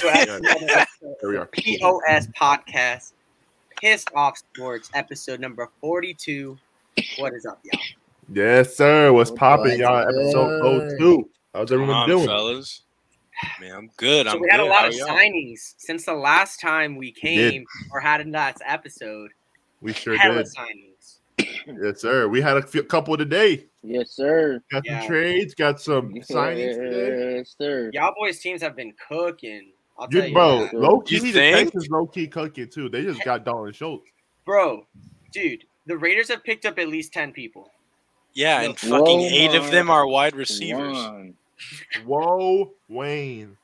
There we are. POS podcast, Pissed Off Sports, episode number 42. What is up, y'all? Yes, sir. What's What's popping, y'all? up, Episode sir? 02. How's everyone Come on, doing? fellas? Man, I'm good. So I'm we had good. a lot How of y'all? signings since the last time we did. came or had in last episode. We sure hella did. signings. Yes, sir. We had a few, couple today. Yes, sir. Got Yeah. some trades, got some signings today. Yes, sir. Y'all boys' teams have been cooking. I'll tell You, you, bro, that. low key, You the think? Texans low key cooking too. They just got Dalton Schultz. bro, dude, the Raiders have picked up at least 10 people. Yeah, and Whoa, fucking eight of man. them are wide receivers. One. Whoa, Wayne.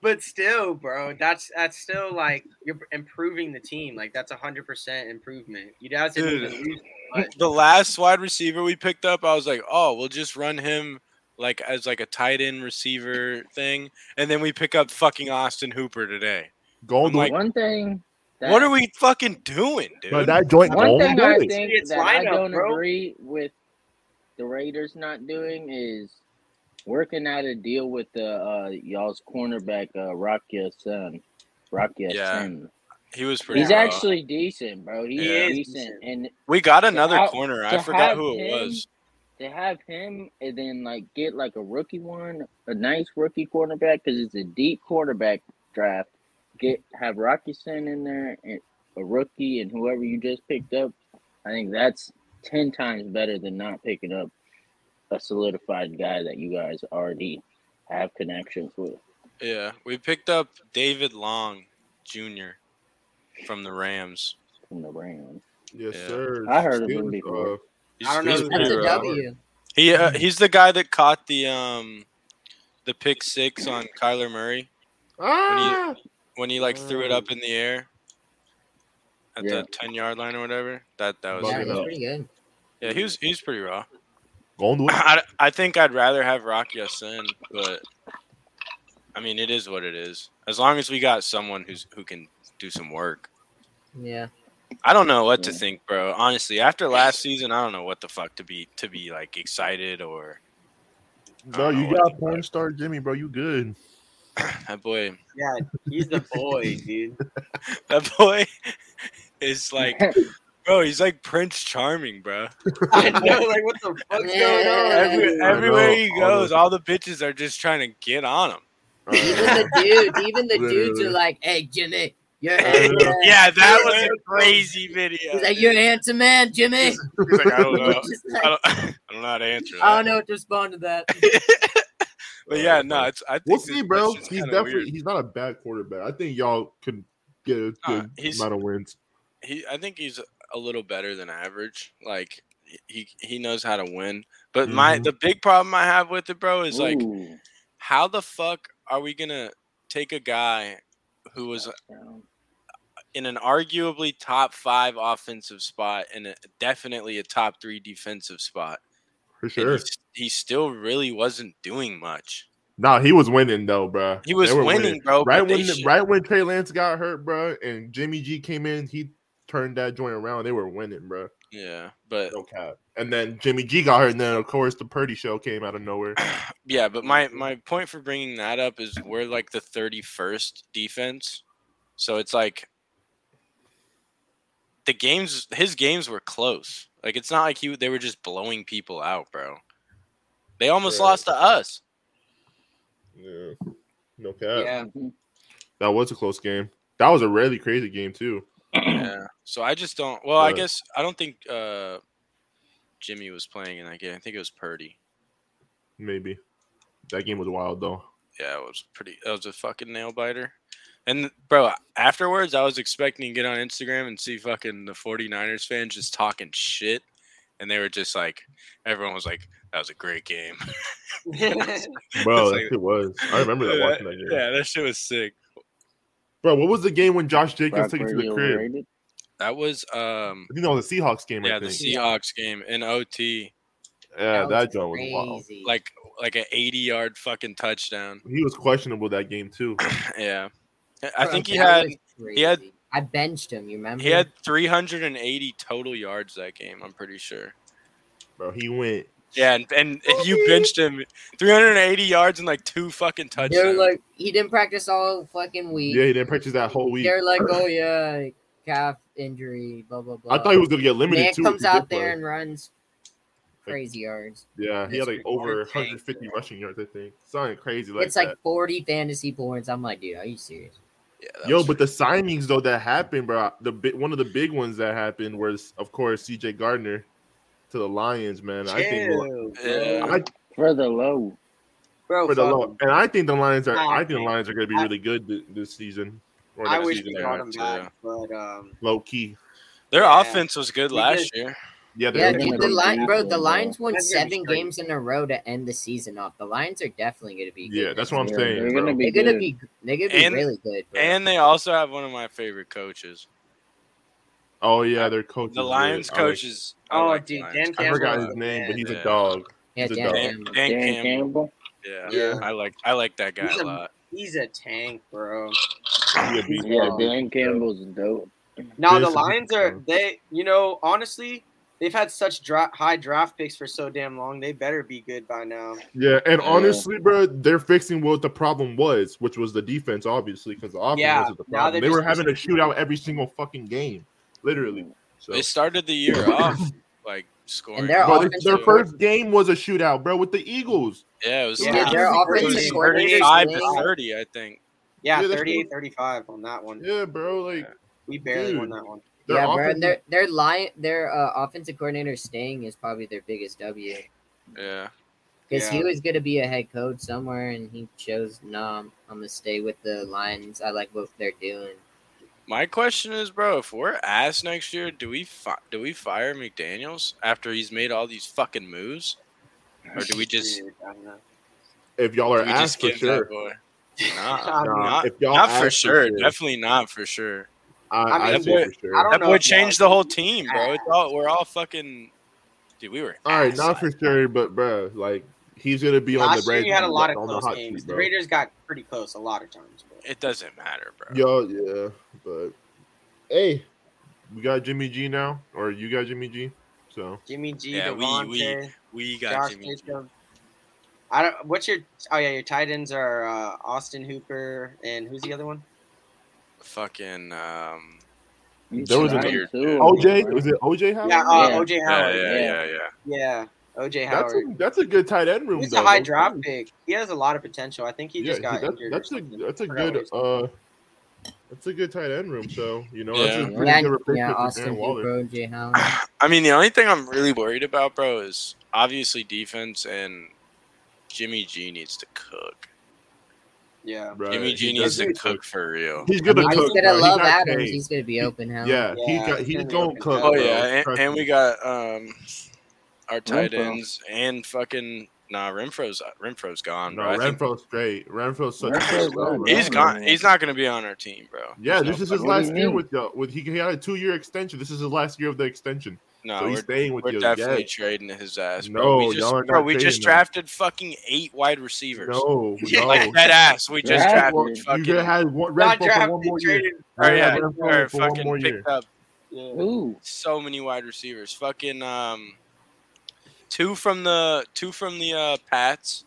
But still, bro, that's that's still like you're improving the team. Like that's a hundred percent improvement. You guys didn't Dude. even lose. The last wide receiver we picked up, I was like, oh, we'll just run him like as like a tight end receiver thing, and then we pick up fucking Austin Hooper today. Going I'm to like, One thing. That, What are we fucking doing, dude? but that joint One going thing I good. think It's that I lineup, don't bro. agree with the Raiders not doing is working out a deal with the uh, y'all's cornerback uh, Rocky Sun. Rocky Yeah, Sun. he was pretty. He's raw. actually decent, bro. He's Yeah. decent, and We got another out- corner. to I forgot have who it him- was. to have him and then like get like a rookie one, a nice rookie quarterback because it's a deep quarterback draft. Get have Rockison in there and a rookie and whoever you just picked up. I think that's ten times better than not picking up a solidified guy that you guys already have connections with. Yeah, we picked up David Long Jr. from the Rams. From the Rams, Yes, Yeah. sir. I heard of him Steelers, before. uh, He's, I don't know he's who pretty That's a raw. W. He Hmm. uh, he's the guy that caught the um the pick six on Kyler Murray ah, when he like threw it up in the air at Oh. Yeah. the ten yard line or whatever. That that was Bug it Yeah, he's up. pretty good. yeah. He was he's pretty raw. going to I, I think I'd rather have Rocky Sin, but I mean it is what it is. As long as we got someone who's who can do some work. Yeah. I don't know what to Yeah. think, bro. Honestly, after last season, I don't know what the fuck to be to be like excited or No, you got porn star Jimmy, bro. You good? that boy. Yeah, he's the boy, dude. That boy is like, bro, he's like Prince Charming, bro. I know, like what the fuck's going on? Every, I everywhere know, he all goes, the- all the bitches are just trying to get on him. Even the dudes, even the dudes Literally. are like, "Hey, Jimmy, you're I handsome." know. yeah, that was a crazy video. He's like, "You're a handsome man, Jimmy." He's like, I don't know. Just I don't, like, I don't know how to answer I that. don't know what to respond to that. But yeah, no, it's. I think Um, We'll that- see, that bro. shit's He's kinda definitely weird. he's not a bad quarterback. I think y'all can get a Nah, good he's- amount of wins. he I think he's a little better than average. Like he he knows how to win. But my Mhm. the big problem I have with it, bro, is like Ooh. how the fuck are we gonna take a guy who was in an arguably top five offensive spot and a, definitely a top three defensive spot? For and sure. he, s- he still really wasn't doing much. Nah, he was winning though, bro. He was winning, bro. but Right they when the- should- right when Trey Lance got hurt, bro, and Jimmy G came in, he turned that joint around. They were winning, bro. yeah, but No cap. And then Jimmy G got hurt, and then of course the Purdy show came out of nowhere. Yeah, but my my point for bringing that up is we're like the 31st defense. So it's like the games his games were close. Like it's not like he they were just blowing people out, bro. They almost Right. lost to us. Yeah. No cap. Yeah, That was a close game. That was a really crazy game too. Yeah. So I just don't well, I Right. guess I don't think uh Jimmy was playing in that game. I think it was Purdy. Maybe that game was wild though. Yeah, it was pretty that was a fucking nail biter. And bro, afterwards I was expecting to get on Instagram and see fucking the 49ers fans just talking shit. And they were just like everyone was like, That was a great game. Bro, It's that like- shit was. I remember that Yeah, watching that game. Yeah, that shit was sick. Bro, what was the game when Josh Jacobs Brock took it to Purdy the crib? overrated? That was um I think that was a Seahawks game. yeah, I the think. Seahawks game in OT. yeah, that was joint was wild. crazy. Like like an eighty yard fucking touchdown. He was questionable that game too. Yeah. I Bro, think he that had was had- crazy. I benched him. You remember? he had three hundred and eighty total yards that game, I'm pretty sure. Bro, he went Yeah, and, and, and you benched him 380 yards and like two fucking touchdowns. They're like, he didn't practice all fucking week. Yeah, he didn't practice that whole week. They're like, oh yeah, calf injury, blah blah blah. I thought he was gonna get limited Man too. if comes he did out there play. and runs crazy yards. yeah, he had like It's over ridiculous. 150 rushing yards. I think something crazy like it's that. like 40 fantasy points. I'm like, dude, are you serious? Yeah, that Yo, was- but the signings though that happened, bro. The big one of the big ones that happened was, of course, C.J. Gardner to the Lions, man. I think Chill, Yeah. bro. I, for the low. bro. for the fuck low, and I think the Lions are. Oh, I think the man. Lions are going to be I- really good th- this season. Or I next wish season, we they got have him to. back, but um, low key. Their Yeah. offense was good We last just- year. Yeah, Yeah, they're gonna dude, be the line, bro. awful, The bro. Lions won That's gonna be seven straight. games in a row to end the season off. The Lions are definitely going to yeah, be. good that's next what I'm Yeah, saying. they're bro. gonna be year. They're going to good. be. They're going to be And- really good. Bro. And they also have one of my favorite coaches. Oh yeah, their coach. The is Lions weird. I like- coach is. Oh, like the dude, Lions Dan coach. I forgot Campbell. his name, but he's Yeah. a dog. yeah, he's a Dan dog. Dan, Campbell. Dan Dan Campbell. Campbell. Yeah. Yeah. I like I like that guy He's a a- lot. he's a tank, bro. He a beast Yeah, dog. Dan Campbell's dope. No, the This is- Lions are they. You know, honestly, they've had such dra- high draft picks for so damn long. They better be good by now. Yeah, and Yeah. honestly, bro, they're fixing what the problem was, which was the defense, obviously, because the offense Yeah, was the now problem. they're They just were having a missing- shootout every single fucking game, literally. So They started the year off like scoring. And their Bro, they- offense their is- first game was a shootout, bro, with the Eagles. yeah, it was Yeah. Dude, their Yeah. offensive Yeah. coordinator 35 to swings. 30, I think. Yeah, Yeah, that's 38 35 on that one. Yeah, bro, like We barely Dude. won that one. their Yeah, bro. offense. and Their their line their uh, offensive coordinator staying is probably their biggest W Yeah. because he Yeah. was going to be a head coach somewhere, and he chose no. I'm, I'm going to stay with the Lions. I like what they're doing. My question is, bro, if we're ass next year, do we fi- do we fire McDaniels after he's made all these fucking moves, or do we just Dude, I don't know. if y'all are do we asked just for give that sure, boy? I Nah, Nah, don't know. not, if y'all not ask for for sure. sure. Definitely not for sure. I, I, I mean, say for sure. I don't That know boy if y'all- changed the whole team, bro. It's all, we're all fucking. Dude, we were. All right, ass not for last- sure, but bro, like he's gonna be on Last the year red. you had a lot of on the close hot games. seat, the bro. Raiders got pretty close a lot of times. Bro. It doesn't matter, bro. Yo, yeah, but hey, we got Jimmy G now, or you got Jimmy G. So Jimmy G, Yeah, we- Devontae, we got Josh Jimmy. G. Jacob. I don't. What's your? Oh yeah, your tight ends are uh, Austin Hooper and who's the other one? Fucking. Um, You Those are tried weird, two dude. of them, OJ, bro. was it OJ Howard? Yeah, uh, Yeah. OJ yeah, Howard. yeah, yeah, yeah. yeah. Yeah, OJ that's Howard. a, that's a good tight end room. He's though. a high Those draft guys- pick. He has a lot of potential. I think he just yeah, got that- injured. or that's a something. that's a Forgot good what uh, that's a good tight end room. So you know, that's Yeah. a pretty Yeah, good yeah, replacement for Austin Darren Waller. Hooper, Jay Howland. I mean, the only thing I'm really worried about, bro, is obviously defense and Jimmy G needs to cook. Yeah, Bro, Jimmy he G needs does to need cook for real. He's gonna I mean, cook. he's gonna bro. He's love not Adams. paid. He's gonna be open hell. Yeah, he Yeah, got, he's he's gonna be gonna open. cook. Oh bro. yeah, and, Trust and me. we got um our tight Renfro. ends and fucking nah Renfro's Renfro's gone, no bro. I think Renfro's great. Renfro's such a Renfro's good guy, bro. good. he's gone. He's not gonna be on our team, bro. Yeah, There's this no is his fucking- What do last you year mean? with y'all. With he, he had a two-year extension. This is his last year of the extension. No, so he's we're, staying with we're you. definitely yeah. trading his ass, bro. No, we just, y'all are bro, not we just trading him. drafted fucking eight wide receivers. No, no. Like that ass, we just Yeah. drafted. Well, you you fucking, could have had one, Renfro Not for drafted, one more year. traded. or yeah, Yeah, Renfro or for one fucking more picked year. up Yeah. Who? so many wide receivers. Fucking um, two from the two from the uh, Pats,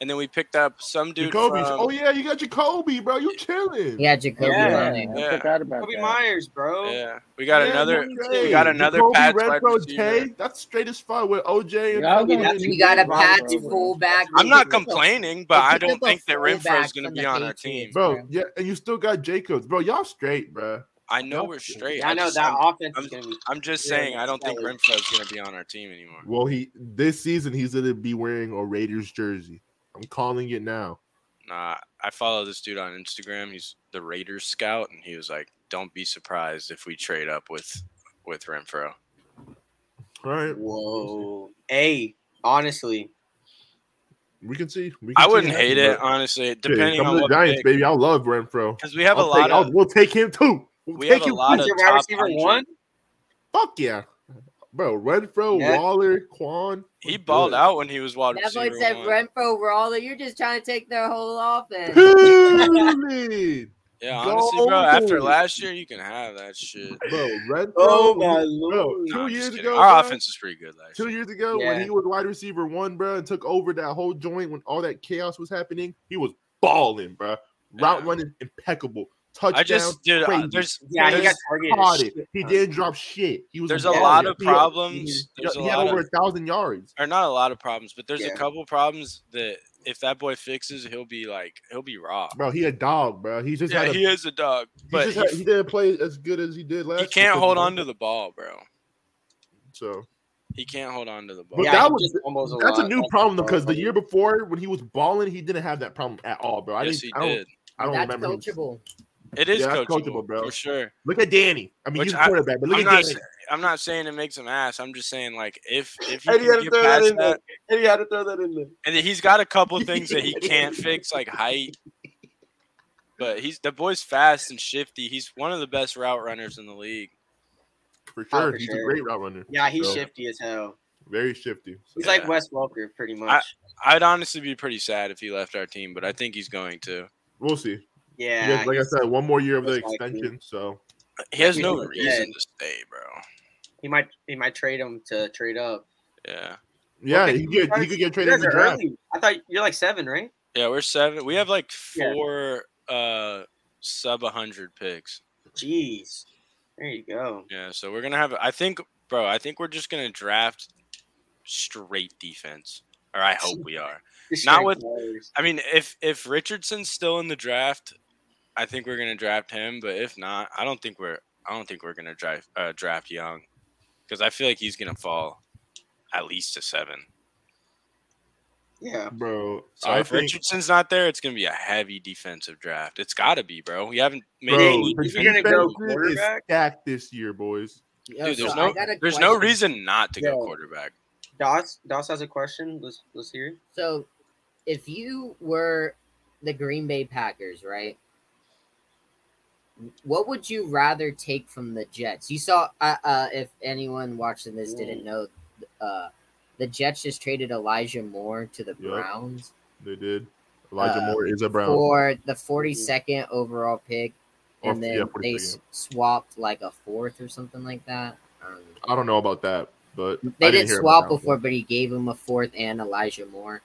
and then we picked up some dude. Jacoby. from- oh yeah, you got Jacoby, bro. You chilling? Yeah, Jacoby. Yeah. Myers. I Yeah. forgot about Kobe that. Myers, bro. yeah, we got Yeah, another. no We way. got another Jacoby, Pats wide Renfro, receiver. Tay, That's straight as fuck with OJ. And Yeah, fucking- that's- We got a Bro, patsy bro. fullback. I'm We not could- complaining, but we I could don't get a think that Renfro is fullback going to from be the on our team. Patriots. bro. Yeah, and you still got Jacobs, bro. Y'all straight, bro. I know we're Nothing. straight. I know just- that I'm, offense is gonna be. I'm just Yeah, saying, I don't think solid. Renfro is going to be on our team anymore. Well, he this season he's gonna be wearing a Raiders jersey. I'm calling it now. Nah, I follow this dude on Instagram. He's the Raiders scout, and he was like, "Don't be surprised if we trade up with with Renfro." All right, Whoa. Hey, honestly, we can see. We can I see wouldn't happen, hate it bro. honestly, Shit, depending come on to what the Giants, because baby. I love Renfro. we have I'll a take- lot I'll- of we'll take him too. We'll we take have a him lot too. of Who's your top wide receiver 100. one? Fuck yeah, bro. Renfro, Yeah. Waller, Quan. He balled Good. out when he was wide That receiver boy said one. Renfro Roller. You're just trying to take their whole offense. Period. Yeah, honestly, bro, after last year, you can have that shit. bro. Red Oh, Zone, my bro, lord. No, two I'm just years kidding. ago, our bro, offense is pretty good last Two year. years ago, Yeah. when he was wide receiver one, bro, and took over that whole joint when all that chaos was happening, he was balling, bro. Route Yeah. running impeccable, touchdown. I just, dude, uh, crazy. there's Yeah, he there's, got targeted. as Caught it. shit, He huh? didn't drop shit. He was there's a balling. lot of He had- problems. He, There's a he had lot over of, a thousand yards. or not a lot of problems, but there's Yeah. a couple problems that if that boy fixes, he'll be like, he'll be raw. Bro, he a dog, bro. He just Yeah, had a, he is a dog, he but just he, had- he didn't play as good as he did last. he can't hold on to the ball, bro. So He can't hold on to the ball. But Yeah, that he was- just fumbles that's a lot. new That's problem problem. because the year before when he was balling, he didn't have that problem at all, bro. I yes, he didn't. I don't, did. I don't That's remember. him. coachable. It is Yeah, that's coachable, coachable, bro. for sure. Look at Danny. I mean, Which he's a I- quarterback, but look I'm at not, Danny. sa- I'm not saying it makes him ass. I'm just saying like if if he And he had can to get throw that past in there. that, And he had to throw that in there. and he's got a couple things that he can't fix, like height. But he's the boy's fast and shifty. He's one of the best route runners in the league. For Oh, sure, for he's a sure. great route runner. Yeah, he's So, shifty as hell. Very shifty. So, He's Yeah. like Wes Welker, pretty much. I'd honestly be pretty sad if he left our team, but I think he's going to. we'll see. yeah, Yeah, like I said, one more year of the most likely. extension. So He has He's no dead. reason to stay, bro. he might he might trade him to trade up. Yeah, yeah, Okay, he could he guys- could get You traded in guys the are draft. early. I thought you're like seven, right? yeah. We're seven. We have like Yeah. four uh sub hundred picks. Jeez, there you go. Yeah, so we're gonna have. I think, bro. I think we're just gonna draft straight defense, or I hope we are. Just Not straight with- players. I mean, if if Richardson's still in the draft, I think we're gonna draft him. But if not, I don't think we're. I don't think we're gonna draft uh, draft Young, because I feel like he's gonna fall at least to seven. Yeah, Bro, So I if think Richardson's not there, it's gonna be a heavy defensive draft. It's gotta be, bro. We haven't made bro, any the if you're defensive- gonna go defense is quarterback- stacked this year, boys. Yo, Dude, there's so I no got a there's no question. reason not to go Yo. quarterback. Doss Doss has a question. Let's let's hear. it. So, if you were the Green Bay Packers, right? What would you rather take from the Jets? You saw, uh, uh, if anyone watching this didn't know, uh, the Jets just traded Elijah Moore to the Yeah. Browns They did. Elijah Uh, Moore is a Brown. for the 42nd overall pick, Or- and then Mm-hmm. yeah, they 42nd. s- swapped like a fourth or something like that. Um, I don't know. I don't know about that, but They I didn't hear swap about that. before, but he gave him a fourth and Elijah Moore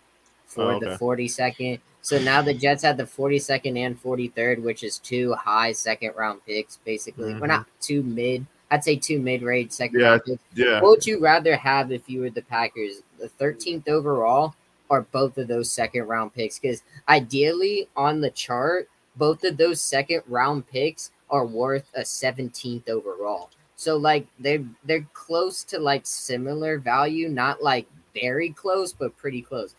for Oh, the okay. 42nd. So now the Jets had the 42nd and 43rd, which is two high second round picks, basically. Well, Mhm. not two mid. I'd say two mid range second Yeah. round picks. Yeah, What would you rather have if you were the Packers, the 13th overall or both of those second round picks? Because ideally on the chart, both of those second round picks are worth a 17th overall. So like they're they're close to like similar value, not like very close, but pretty close.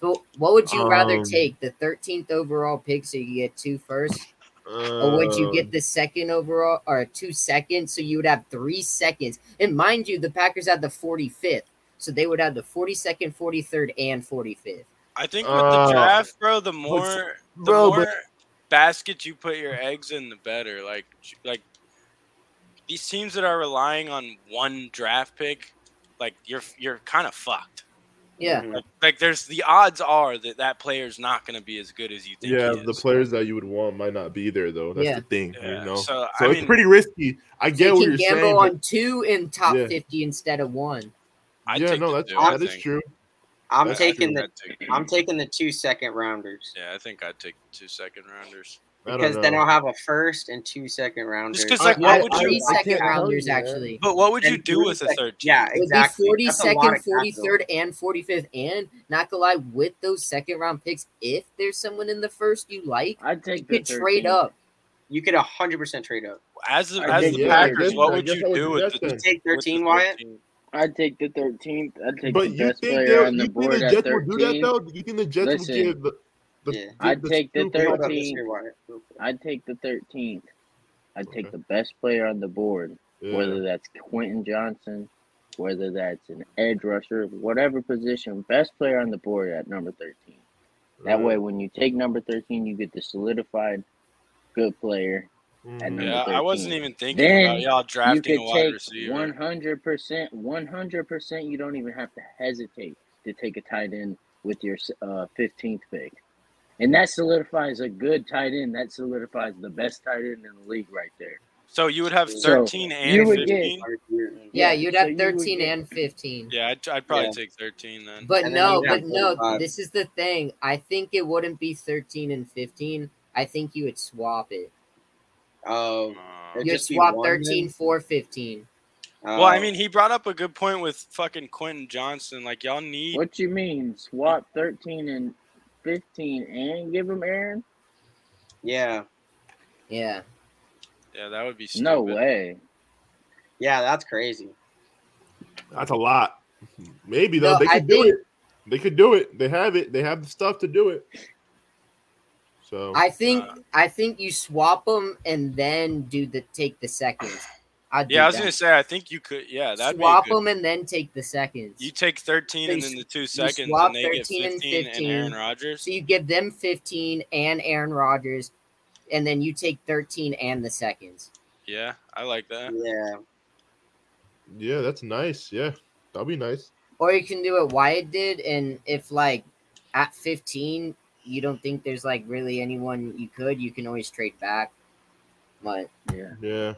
So what would you rather Um, take? The 13th overall pick so you get two first Uh, or would Oh, you get the second overall or two seconds? So you would have three seconds. And mind you, the Packers had the 45th. So they would have the 42nd, 43rd, and 45th. I think with Uh, the draft, bro, the more the bro, more but- baskets you put your eggs in, the better. Like like these teams that are relying on one draft pick, like you're you're kind of fucked. Yeah. Mm-hmm. Mhm. Like, like there's the odds are that that player's not going to be as good as you think. yeah, he the is. players that you would want might not be there though. That's Yeah. the thing, Yeah, you know. So, So, I it's mean, pretty risky. I So get you what can you're gamble saying. but- on two in top Yeah. 50 instead of one. I'd yeah, take no, the that's two, I that is think. true. I'm That's taking true. the I'd take- I'm taking the two second rounders yeah, I think I'd take two second rounders. I because don't then know. I'll have a first and two second rounders. Oh, 'cause, I like, what had would three you- second I can't tell rounders, you, man. actually. But what would you And do three with a sec- third? team? Yeah, It would exactly. be That's a lot 42nd, of capital. 43rd, and 45th. And not gonna lie, with those second round picks, if there's someone in the first you like, I'd take you the could trade 13th. up. You could 100% trade up. As the, I as think- the yeah, I Packers, guess- what I would guess I you would do do with that the then. Take with the 13, Wyatt. 13? I'd take the 13th. I'd take But the you best think player they'll? on the You think board the at Jets will do that 13. though? You think the Jets Listen. will give the? the Yeah. give I'd take the two Hold picks? up, let's 13. hear Wyatt real quick. I'd take the 13th. I'd take Okay. the best player on the board, Yeah. whether that's Quentin Johnson, whether that's an edge rusher, whatever position, best player on the board at number 13. That way, when you take number 13, you get the solidified good player. Mhm. number Yeah, I wasn't 13. even thinking Then about y'all drafting you a could wide take receiver. 100%. 100%. You don't even have to hesitate to take a tight end with your uh, 15th pick. And that solidifies a good tight end. That solidifies the best tight end in the league right there. So you would have So, 13 you and would get- 15. Yeah, Yeah, you'd so have you would 13 get- and 15. Yeah, I'd, I'd probably Yeah. take 13 then. And But then no, you'd have but no, 45. this is the thing. I think it wouldn't be 13 and 15. I think you would swap it. Oh, Uh, It'd You'd just be swap one 13 then? for 15. well, oh, uh, I mean, he brought up a good point with fucking Quentin Johnson. Like, y'all need. What you mean? Swap 13 and 15 and give him Aaron? yeah, Yeah. Yeah, that would be stupid. No way. yeah, that's crazy. That's a lot. Maybe though No, they I could do think- it. They could do it. They have it. They have the stuff to do it. Oh, So I think Uh, I think you swap them and then do the take the seconds. I'd do Yeah, I was that. going to say, I think you could. Yeah, that'd swap be. a Good. them and then take the seconds. You take 13 They and s- then the two seconds, swap and they get 13 and 15 and 15. Aaron Rodgers. so you give them 15 and Aaron Rodgers, and then you take 13 and the seconds. Yeah, I like that. Yeah, yeah, that's nice. Yeah, that'll be nice. Or you can do what Wyatt did, and if like at 15 you don't think there's like really anyone you could, you can always trade back. But Yeah. Yeah,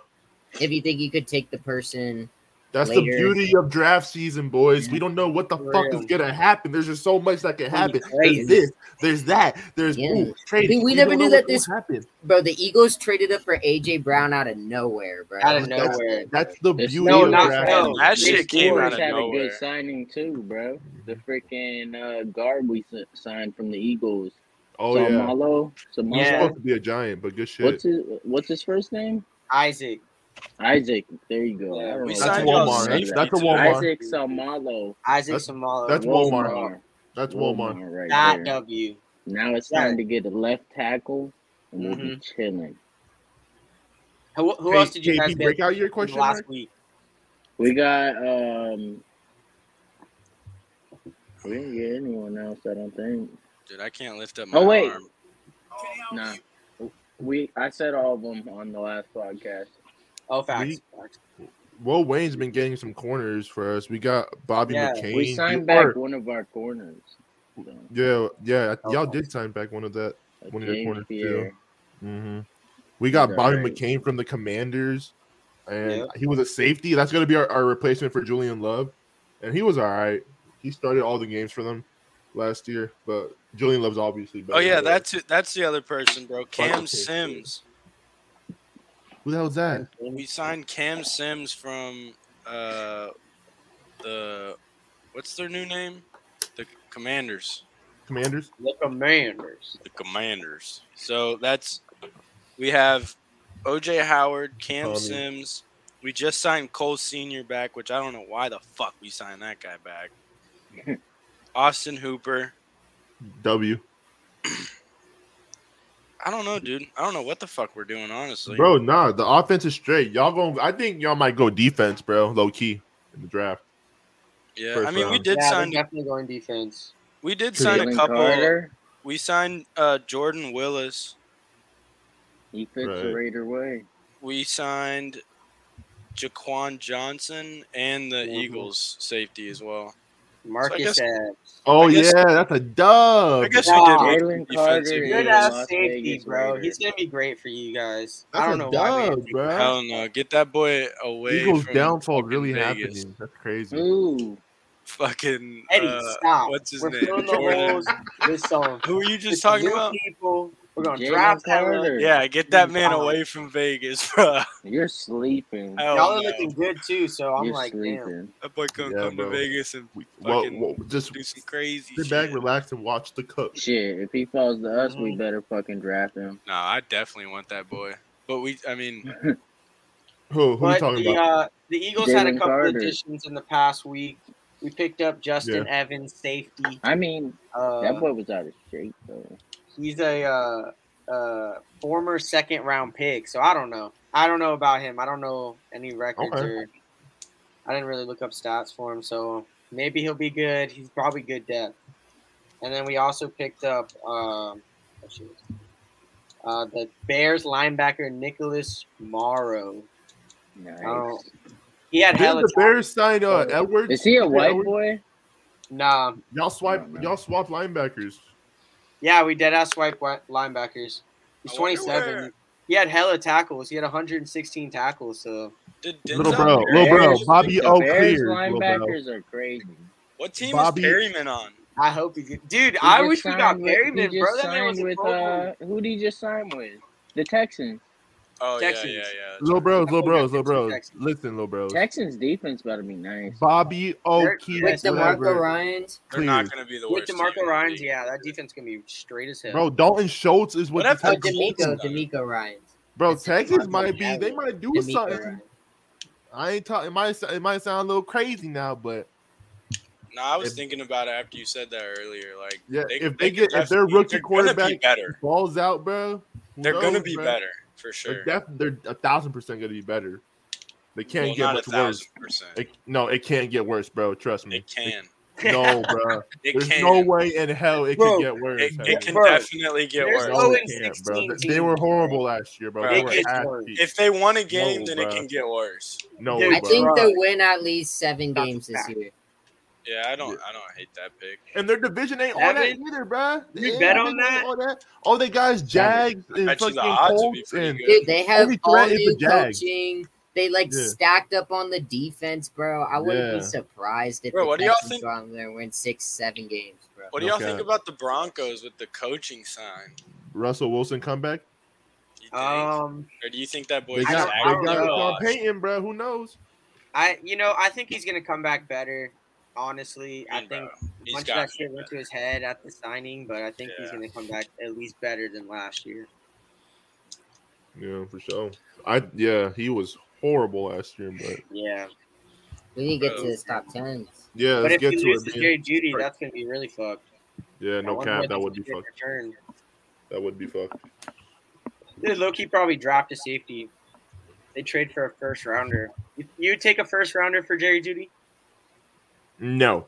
if you think you could take the person, that's Later. the beauty of draft season, boys. We don't know what the For fuck real. is gonna happen. There's just so much that can happen. crazy. There's this. There's that. There's Yeah. ooh, trade. Dude, we You never don't knew know that what's gonna this- happen. bro, the Eagles traded up for AJ Brown out of nowhere, bro. Out of That's- nowhere. That's the There's beauty no of knock- draft. no, That They shit came Steelers out of had a nowhere. good signing too, bro. The freaking uh, guard we s- signed from the Eagles. Oh yeah, Samalo. Samalo. he's Yeah. supposed to be a giant, but good shit. What's his What's his first name? Isaac. Isaac. There you go. Yeah, I don't we know. That's signed why I y'all Walmart. remember That's, safety that. that's a too. Walmart. Isaac Samalo. Isaac That's- Samalo. that's Walmart. That's Walmart. Walmart right that there. W. Now it's Yeah. time to get a left tackle, and we'll Mm-hmm. be chilling. Who, who Hey, else did you KP, guys break get out your question? last mark? week? We got um. We didn't get anyone else. I don't think. Dude, I can't lift up my Oh, wait. arm. Nah. We I said all of them on the last podcast. Oh, facts. facts. Will Wayne's been getting some corners for us. We got Bobby Yeah, McCain. We signed Or- back one of our corners. So, Yeah, yeah, Oh. y'all did sign back one of that. One of your James corners, too. Pierre. hmm We got Yeah, Bobby right. McCain from the Commanders, and Yeah. he was a safety. That's gonna be our, our replacement for Julian Love, and he was all right. He started all the games for them last year, but Julian Love's obviously better. Oh, yeah, but- that's it. That's the other person, bro. Cam Fucking safety. Sims. who the hell's that? We signed Cam Sims from uh, the what's their new name? The Commanders. Commanders. The Commanders. The Commanders. So that's we have OJ Howard, Cam Tommy. Sims. We just signed Cole Senior back, which I don't know why the fuck we signed that guy back. Austin Hooper. W. I don't know, dude. I don't know what the fuck we're doing, honestly. Bro, nah, the offense is straight. Y'all going I think y'all might go defense, bro, low key in the draft. yeah, first I mean, we round. did yeah, sign. they're definitely going defense. We did sign Jalen a couple. Carter. We signed uh, Jordan Willis. He fits the Right. Raider way. we signed Jaquan Johnson and the Mhm. Mm-hmm. Eagles safety as well. Marcus guess- Epps. Oh I guess- yeah, that's a dub. I guess Nah, we did. Jalen defensive Carter. end. is Good a ass Las safety, Vegas bro. Raider. He's gonna be great for you guys. that's I don't a know why. dub, we- bro. Hell no, get that boy away. Eagles from downfall fucking really Vegas. Mm. happening. That's crazy. Ooh, Fucking Eddie, uh, stop. what's his We're name? filling the Jordan. holes with some Who are you just with talking new about? people. We're gonna Jalen draft Tyler. Carter. Yeah, get that man Wow. away from Vegas, bro. You're sleeping. Hell Y'all are no. looking good too, so Oh, I'm You're like, damn. sleeping. That boy gonna Yeah, come bro. to Vegas and We- well, fucking well, just do some crazy sit shit. back, relax, and watch the cook. Shit, if he falls to us, we Mhm. better fucking draft him. No, I definitely want that boy. But we, I mean, Who, who are you But talking the about? uh, the Eagles had a Jalen couple Carter. additions in the past week. We picked up Justin Evans, safety. I mean, that Uh, boy was out of shape though. he's a uh, uh, former second round pick, so I don't know. I don't know about him. I don't know any records Okay. or. I didn't really look up stats for him, so maybe he'll be good. He's probably good depth. And then we also picked up um, oh, shoot. uh, the Bears linebacker Nicholas Morrow. Oh. Nice. He had Did hella the Bears sign uh, Oh. Edwards? Is he a Yeah, white we- boy? Nah, Y'all swipe. I don't know. Y'all swap linebackers. Yeah, we dead ass swipe wi- linebackers. He's I wonder 27. where. He had hella tackles. He had 116 tackles. So Did Little Denzel bro, Perry- little bro, Bears- Bobby The Bears O'Clear. little bro. linebackers are crazy. What team Bobby- is Perryman on? I hope he did. Dude, I just wish we got signed with- he Perryman, just bro. That man was signed a with, pro uh, bowler. Who did he just sign with? The Texans. Oh Texans. yeah, yeah, yeah. Little bros, little That's bros, what little bros. Texas- Listen, little bros. Texans defense about to be nice. Bobby O'Keefe. With Yes, the Marco whatever. Ryans, They're not Please. going to be the With worst. team DeMarco in the Ryans, league. yeah, that defense going to be straight as hell. Bro, Dalton Schultz is what What if- oh the Texans- D'Amico, Texans. D'Amico Ryans, Bro, It's Texas Devontae might be. They Adams. might do D'Amico something. Ryans. I ain't talking. It might. It might sound a little crazy now, but No, I was If- thinking about it after you said that earlier. Like, yeah, if could- they, could get if def- their rookie they're gonna be quarterback better, balls out, bro, who they're going to knows, be bro? better for sure. They're, def- they're a thousand percent gonna be better. They can't Well, get not much a worse. thousand percent. It, no, it can't get worse, bro. Trust me. It can. No, bro. It There's can. no way in hell it can Bro, get worse. It, it can Bro, definitely get worse. there's No, Oh, it and can't, bro. 16 They, they were teams. horrible last year, bro. Bro, They it were gets ass worse. cheeks. If they won a game, No, then it bruh. can get worse. No, Dude, I bro. think Right. they'll win at least seven That's games a this fact. year. Yeah, I don't. I don't hate that pick. And their division ain't all that Seven? either, bro. You bet on that? All, that. all they got is Jags and bet you fucking the odds would be Colts pretty and good. Dude, they have Only all threat is new the Jags. coaching. They like Yeah. stacked up on the defense, bro. I wouldn't Yeah. be surprised if Bro, the what do y'all Texans think- go out there and win six, seven games, bro. What do y'all Okay. think about the Broncos with the coaching sign? Russell Wilson comeback. You think? Um, or do you think that boy's They I got, don't- they I stacked don't got know. Sean up? Payton, bro. Who knows? I you know I think he's gonna come back better. Honestly, I think He's bunch of got that shit went to his head at the signing, but I think he's Yeah. gonna come back at least better than last year. Yeah, for sure. I yeah, he was horrible last year, but Yeah, We need to get to Bro. this top ten. yeah, but let's if get he to loses it. man. Jerry Judy, Right. that's gonna be really fucked. Yeah, I no wonder cap. what That they would be can get in fucked. Return. That would be fucked. Dude, Loki probably dropped a safety. They trade for a first rounder. You, you take a first rounder for Jerry Judy? No,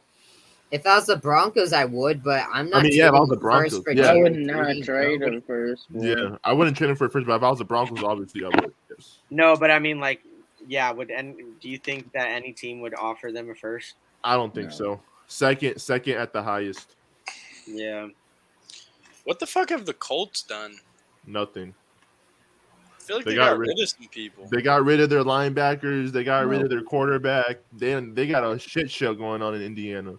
If I was the Broncos, I would, but I'm not. mean, yeah, if I was the trading first Broncos, for yeah. I Jerry would not Judy, trade bro. him first. bro. yeah, I wouldn't trade him for a first. But if I was the Broncos, obviously I would. Yes. No, but I mean, like, yeah. Would and do you think that any team would offer them a first? I don't think No. so. Second, second at the highest. Yeah. What the fuck have the Colts done? Nothing. I feel like They they, got got, rid- rid of some people. They got rid of their linebackers. They got rid No. of their quarterback. They they got a shit show going on in Indiana.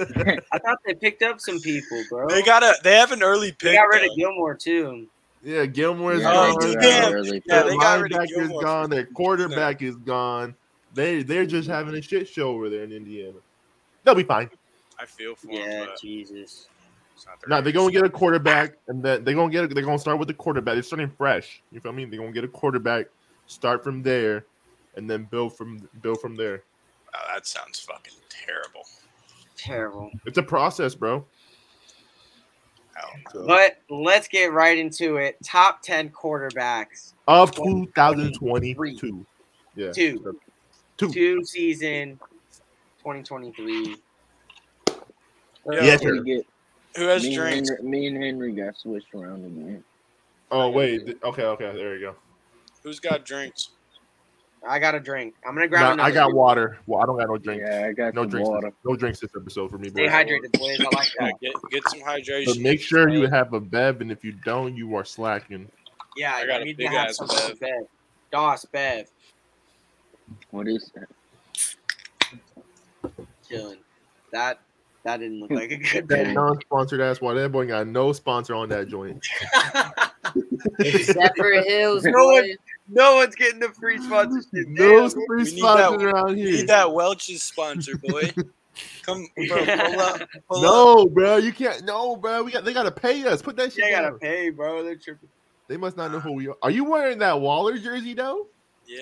I thought they picked up some people, bro. They got a. They have an early pick. They got rid though. of Gilmore too. Yeah, Gilmore's Yeah, Oh, gone. they damn. got early Yeah, their they got rid of linebacker is Gilmore. gone. Their quarterback is gone. They they're just having a shit show over there in Indiana. They'll be fine. I feel for Yeah, them. but Jesus. it's not the No, they're Raiders. gonna get a quarterback, and then they're gonna get. They're gonna start with the quarterback. They're starting fresh. You feel me? They're gonna get a quarterback, start from there, and then build from build from there. Wow, Oh, that sounds fucking terrible. Terrible. It's a process, bro. Wow. So- But let's get right into it. Top 10 quarterbacks. of 2022. Yeah. Two. Two. Two season 2023. Yes, We sir. get- Who has me, and drinks? Henry, me and Henry got switched around again. Oh wait. th- Okay. Okay. There you go. Who's got drinks? I got a drink. I'm going to No, grab another. I got water. Well, I don't got no drinks. Yeah, I got No some drinks. water. This, no drinks this episode for me, uh, Stay boys. hydrated, boys. I like Yeah, that. get, get some hydration. But make sure you Uh, have a bev, and if you don't, you are slacking. Yeah, I I got got a you need to big have ass some Bev. Bev. DOS, Bev. What is that? Chilling. That, that didn't look like a good That Bev. non-sponsored ass why that boy got no sponsor on that joint. Except for Hills, No boy. one- no one's getting the free sponsorship. No Damn. free need sponsors that- around You here. need that Welch's sponsor, boy. Come, bro, pull up. Pull up. No, bro, you can't. No, bro, we got. They gotta pay us. Put that shit They gotta down. pay, bro. They're tripping. They must not know who we are. Are you wearing that Waller jersey though? Yeah,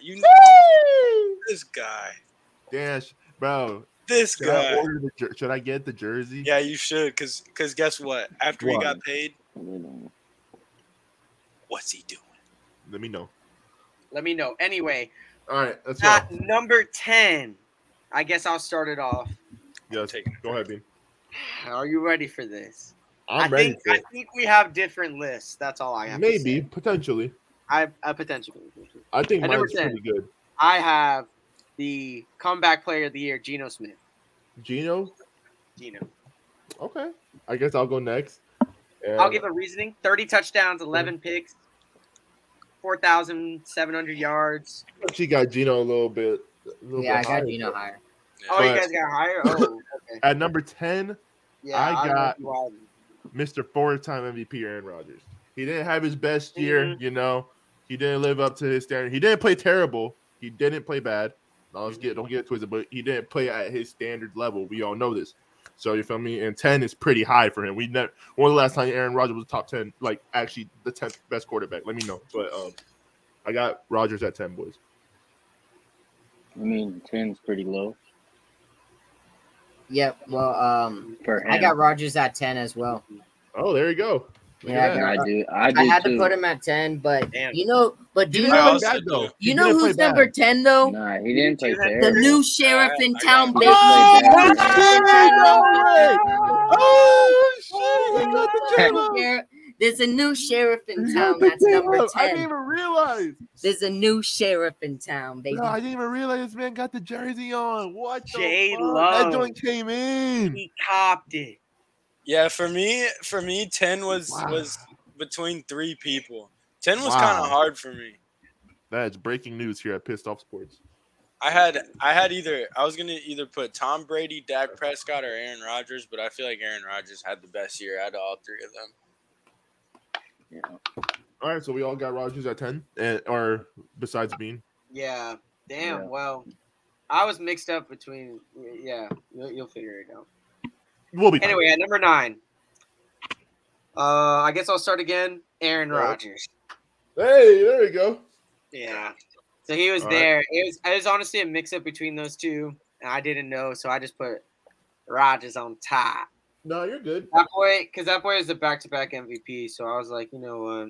you know Woo! this guy. Damn, sh- bro. This Should I, guy. order the jer- should I get the jersey? Yeah, you should, cause, 'cause guess what? After we What? got paid, Little- what's he doing? Let me know. Let me know. Anyway, All right, let's go. at number 10, I guess I'll start it off. Yes, Take it. go ahead, Bean. Are you ready for this? I'm I ready. think for I think we have different lists. That's all I it. have. Maybe to say. potentially. I, I potentially. I think At number mine's 10. pretty good. I have the comeback player of the year, Geno Smith. Gino, Geno. Okay. I guess I'll go next. And I'll give a reasoning: thirty touchdowns, eleven Mm-hmm. picks, four thousand seven hundred yards. she got Gino a little bit. a little Yeah, I bit higher. got Gino higher. Oh, you But- guys got higher. Oh, okay. At number ten, Yeah, I I'm got- with you all. Mr. Four-time MVP Aaron Rodgers. He didn't have his best year, Mhm. you know. He didn't live up to his standard. He didn't play terrible. He didn't play bad. Now let's get don't get it twisted, but he didn't play at his standard level. We all know this. So you feel me? And ten is pretty high for him. We never. When was the last time Aaron Rodgers was top ten? Like actually the tenth best quarterback. Let me know. But um, I got Rodgers at ten, boys. I mean, 10's pretty low Yep. Well, um, for him. I got Rogers at ten as well. Oh, there you go. Look Yeah, at that. got- I do. I do I had too. to put him at ten, but Damn. you know, but do He you didn't I know, play also bad do. though. He you know didn't play who's bad. number ten though? Nah, he didn't play The The terrible. new sheriff in I got town, it. bitch. Oh, He played bad. Sheriff- Oh shit! He got the Hey. job. sheriff- There's a new sheriff in town. They That's number up. I didn't ten. even realize. There's a new sheriff in town, baby. No, I didn't even realize this man got the jersey on. What the Jay fuck? Love. That joint came in. He copped it. Yeah, for me, for me, ten was Wow. was between three people. Ten was Wow. kind of hard for me. That is breaking news here at Pissed Off Sports. I had I had either I was gonna either put Tom Brady, Dak Prescott, or Aaron Rodgers, but I feel like Aaron Rodgers had the best year out of all three of them. Yeah. All right, so we all got Rogers at ten, and, or besides Bean. Yeah. Damn. Yeah. Well, I was mixed up between. Yeah, you'll, you'll figure it out. We'll be fine. Anyway, at number nine. Uh, I guess I'll start again. Aaron Alright. Rodgers. Hey, there you go. Yeah. So he was All right. there. It was it was honestly a mix up between those two, and I didn't know, so I just put Rodgers on top. No, you're good. That boy, because that boy is the back to back MVP, so I was like, you know what?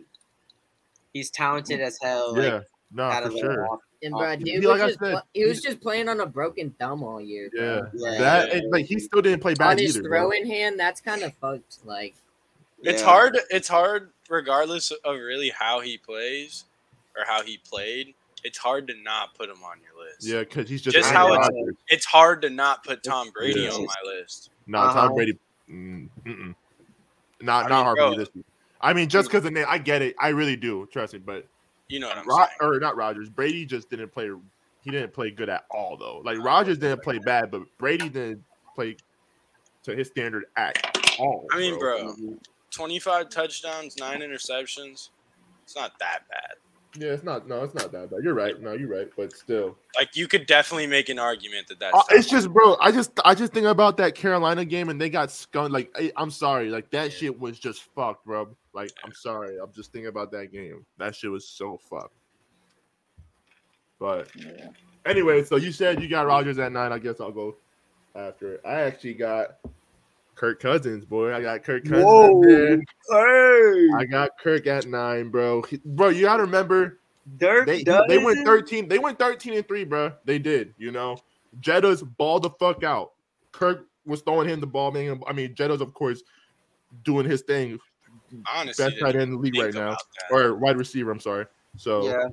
He's talented as hell. like, Mm-hmm. yeah, no, out for of the sure. off- And bro, He- dude he- Oh, like I was just, said, pl- he was he- just playing on a broken thumb all year. bro. Yeah, Yeah. that and, like he still didn't play on bad his either. bro. throwing hand, that's kind of fucked. Like, It's Yeah. hard. It's hard, regardless of really how he plays or how he played. It's hard to not put him on your list. Yeah, because he's just, Just Aaron how it's- Rodgers. It's hard to not put Tom Brady Yeah. on my list. No, Uh-huh. Tom Brady. Mm, mm-mm. Not I not mean, hard bro. for me this year. I mean, just because the name, I get it. I really do. Trust me, but You know what I'm Ro- saying? or not Rogers. Brady just didn't play. He didn't play good at all, though. Like Rogers didn't play bad, but Brady didn't play to his standard at all. I mean, bro, Mhm. 25 touchdowns, nine interceptions. It's not that bad. Yeah, it's not. No, it's not that bad. You're right. No, you're right. But still, Like you could definitely make an argument that that's. Uh, not- it's just, bro. I just, I just think about that Carolina game, and they got skunked. Like, I, I'm sorry, like that shit was just fucked, bro. Like, I'm sorry, I'm just thinking about that game. That shit was so fucked. But Yeah. anyway, so you said you got Rogers at nine. I guess I'll go after it. I actually got Kirk Cousins, boy. I got Kirk Cousins. Whoa. there. Hey, I got Kirk at nine, bro. He- Bro, you gotta remember Dirk they, Douglas they went is- 13 they went 13 and 3 bro they did you know jeddah's ball the fuck out kirk was throwing him the ball man i mean jeddah's of course doing his thing honestly best didn't tight end in the league think right now about that. or wide receiver i'm sorry so Yeah,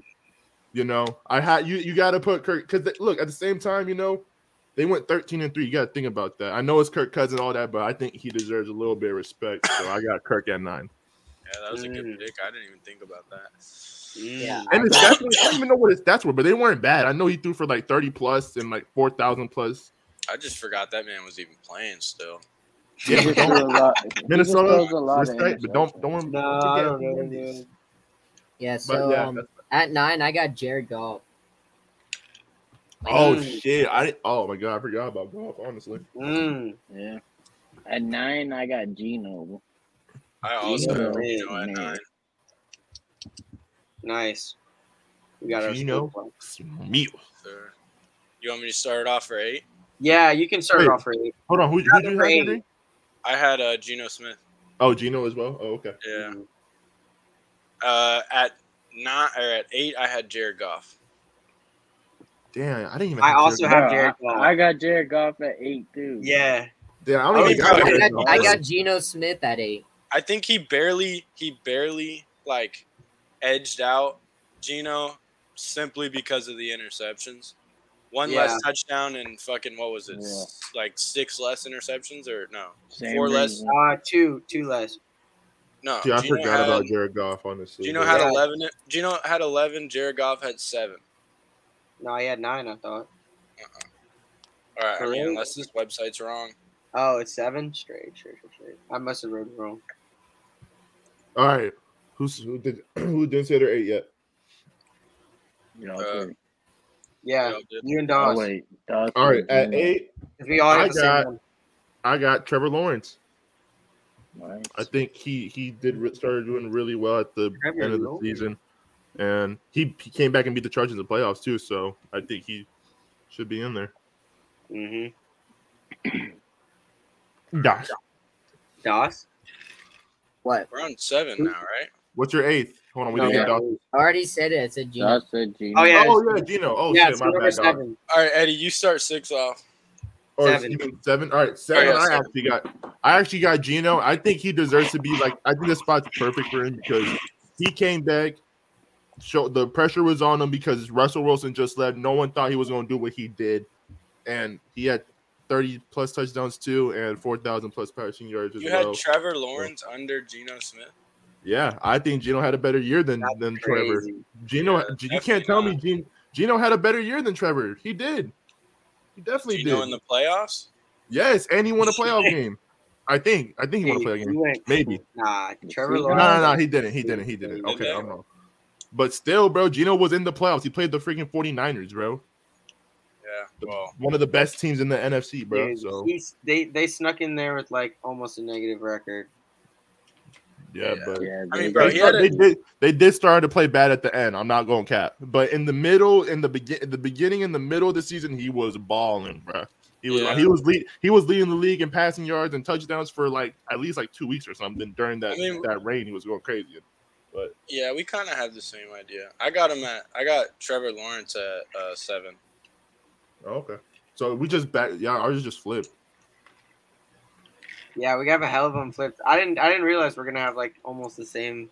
you know i had you you gotta put kirk because look at the same time you know they went 13 and 3 you gotta think about that i know it's kirk cousins all that but i think he deserves a little bit of respect so i got kirk at nine Yeah, that was a good Mm. pick. I didn't even think about that. yeah, And his stats, were- I don't even know what his stats were, but they weren't bad. I know he threw for like 30 plus and like 4,000 plus. I just forgot that man was even playing still. He just throws a lot- he just Minnesota, throws a lot of respect, but don't don't. No, forget I don't know, who dude. yeah. But So yeah, um, that's- at nine, I got Jared Goff. oh Mm. shit! I didn't- oh my god, I forgot about golf. Honestly, Mm. interceptions. Yeah. At nine, I got Gino. I also Yeah, have Gino man. at nine. Nice. We got our Gino. score. mute. Sure. You want me to start it off for eight? Yeah, you can start Wait. it off for eight. Hold on, who who Number you have? eight. Henry? I had uh, Geno Smith. Oh, Gino as well. Oh, okay. Yeah. Mm-hmm. Mm. Uh, at nine or at eight, I had Jared Goff. Damn, I didn't even. I have also Jared have Bro, Jared I- Goff. I, got Jared Goff at eight too. Yeah. Goff. Damn, I don't I even mean, got bro, Jared I Goff. got, I got Geno Smith at eight. I think he barely, he barely like edged out Gino simply because of the interceptions. one Yeah. less touchdown and fucking what was it? Yeah. S- Like six less interceptions or no? Same Four less. reason. Uh, two, two less. No. Dude, I Geno forgot had, about Jared Goff. Honestly, Gino bro. had Yeah. eleven. Gino had eleven. Jared Goff had seven. No, he had nine. I All thought. right. I mean, Really? unless this website's wrong. Oh, it's seven straight. Straight, straight, straight. I must have wrote it wrong. All right, who's who did who didn't say their eight yet? You know, Uh, too. Yeah, Y'all did. you and oh, Dawes. wait. Dawson, All right, at Geno. eight, Because we all I have the got- same one. I got Trevor Lawrence. Nice. I think he he did re- started doing really well at the Trevor end of the Lawrence. season, and he, he came back and beat the Chargers in the playoffs too. So I think he should be in there. Mm-hmm. Gosh, Dawes? What? We're on seven now, right? what's your eighth? Hold on, we No, didn't yeah. get Dawson. I already said it. I said Gino. Dawson, Geno. Oh, yeah. Oh yeah, Gino. Oh yeah, shit, it's my number bad. Dawson. seven. All right, Eddie, you start six off. Or Seven. even seven. All right, seven. Oh, yeah, I seven. actually got. I actually got Gino. I think he deserves to be like. I think the spot's perfect for him because he came back. Show the pressure was on him because Russell Wilson just left. No one thought he was going to do what he did, and he had thirty plus touchdowns too, and four thousand plus passing yards as You well. had Trevor Lawrence under Geno Smith. yeah, I think Gino had a better year than That's than Trevor. Crazy. Gino, Yeah, you definitely can't tell me not. Gino, Gino had a better year than Trevor. He did. He definitely Geno did. in the playoffs. Yes, and he won a playoff game. I think. I think he won a playoff He game. went- Maybe. Nah, Trevor No, No, Lawrence. no, no. He didn't. He didn't. He didn't. Okay, I'm wrong. But still, bro, Gino was in the playoffs. He played the freaking 49ers, bro. Yeah. Well, One of the best teams in the NFC, bro. Dude, So he's, they they snuck in there with like almost a negative record. yeah, but Yeah, I mean, they- bro, they, he had start- a- they did they did start to play bad at the end. I'm not going to cap, but in the middle, in the begin, the beginning, in the middle of the season, he was balling, bro. He was Yeah. he was lead he was leading the league in passing yards and touchdowns for like at least like two weeks or something during that I mean- that reign. He was going crazy. yeah, we kind of have the same idea. I got him at. I got Trevor Lawrence at uh, seven. Oh, okay. So we just back yeah, ours just flipped. Yeah, we have a hell of them flipped. I didn't I didn't realize we're gonna have like almost the same.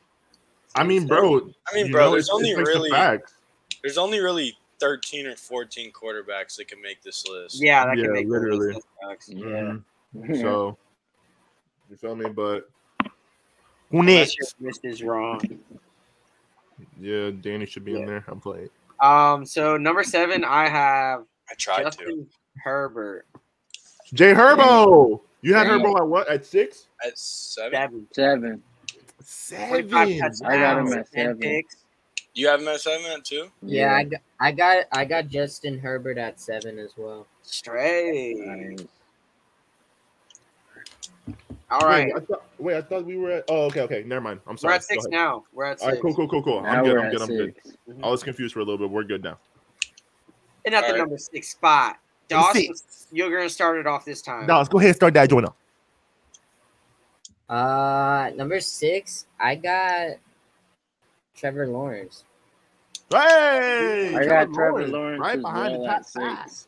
I mean, bro. I mean, you bro, know, there's it's- only it's like the really facts. there's only really thirteen or fourteen quarterbacks that can make this list. Yeah, that Yeah, can make literally. That sucks. yeah. Mm-hmm. Mm-hmm. So you feel me? But who Unless your list is wrong. Yeah, Danny should be in there. I'm playing. Um, so number seven, I have I tried to Justin Herbert Jay Herbo. You had Damn. Herbo at what? At six? at seven. seven. Seven. Seven. 25 I got him touchdowns, at 10 seven. picks. You have him at seven at two. Yeah, I got, I got I got Justin Herbert at seven as well. Straight. Nice. All right, Wait I, thought, wait, I thought we were at. Oh, okay, okay. Never mind. I'm we're sorry. at six Go ahead. now. We're at All six. right, cool, cool, cool, cool. Now I'm good. we're I'm at good. I'm good. six. I was confused for a little bit. We're good now. And at All the right. number six spot, Dawson, you're gonna start it off this time. go ahead and start that joint up. Uh, number six, I got Trevor Lawrence. Hey, I got Trevor Lawrence right as behind well the at top six.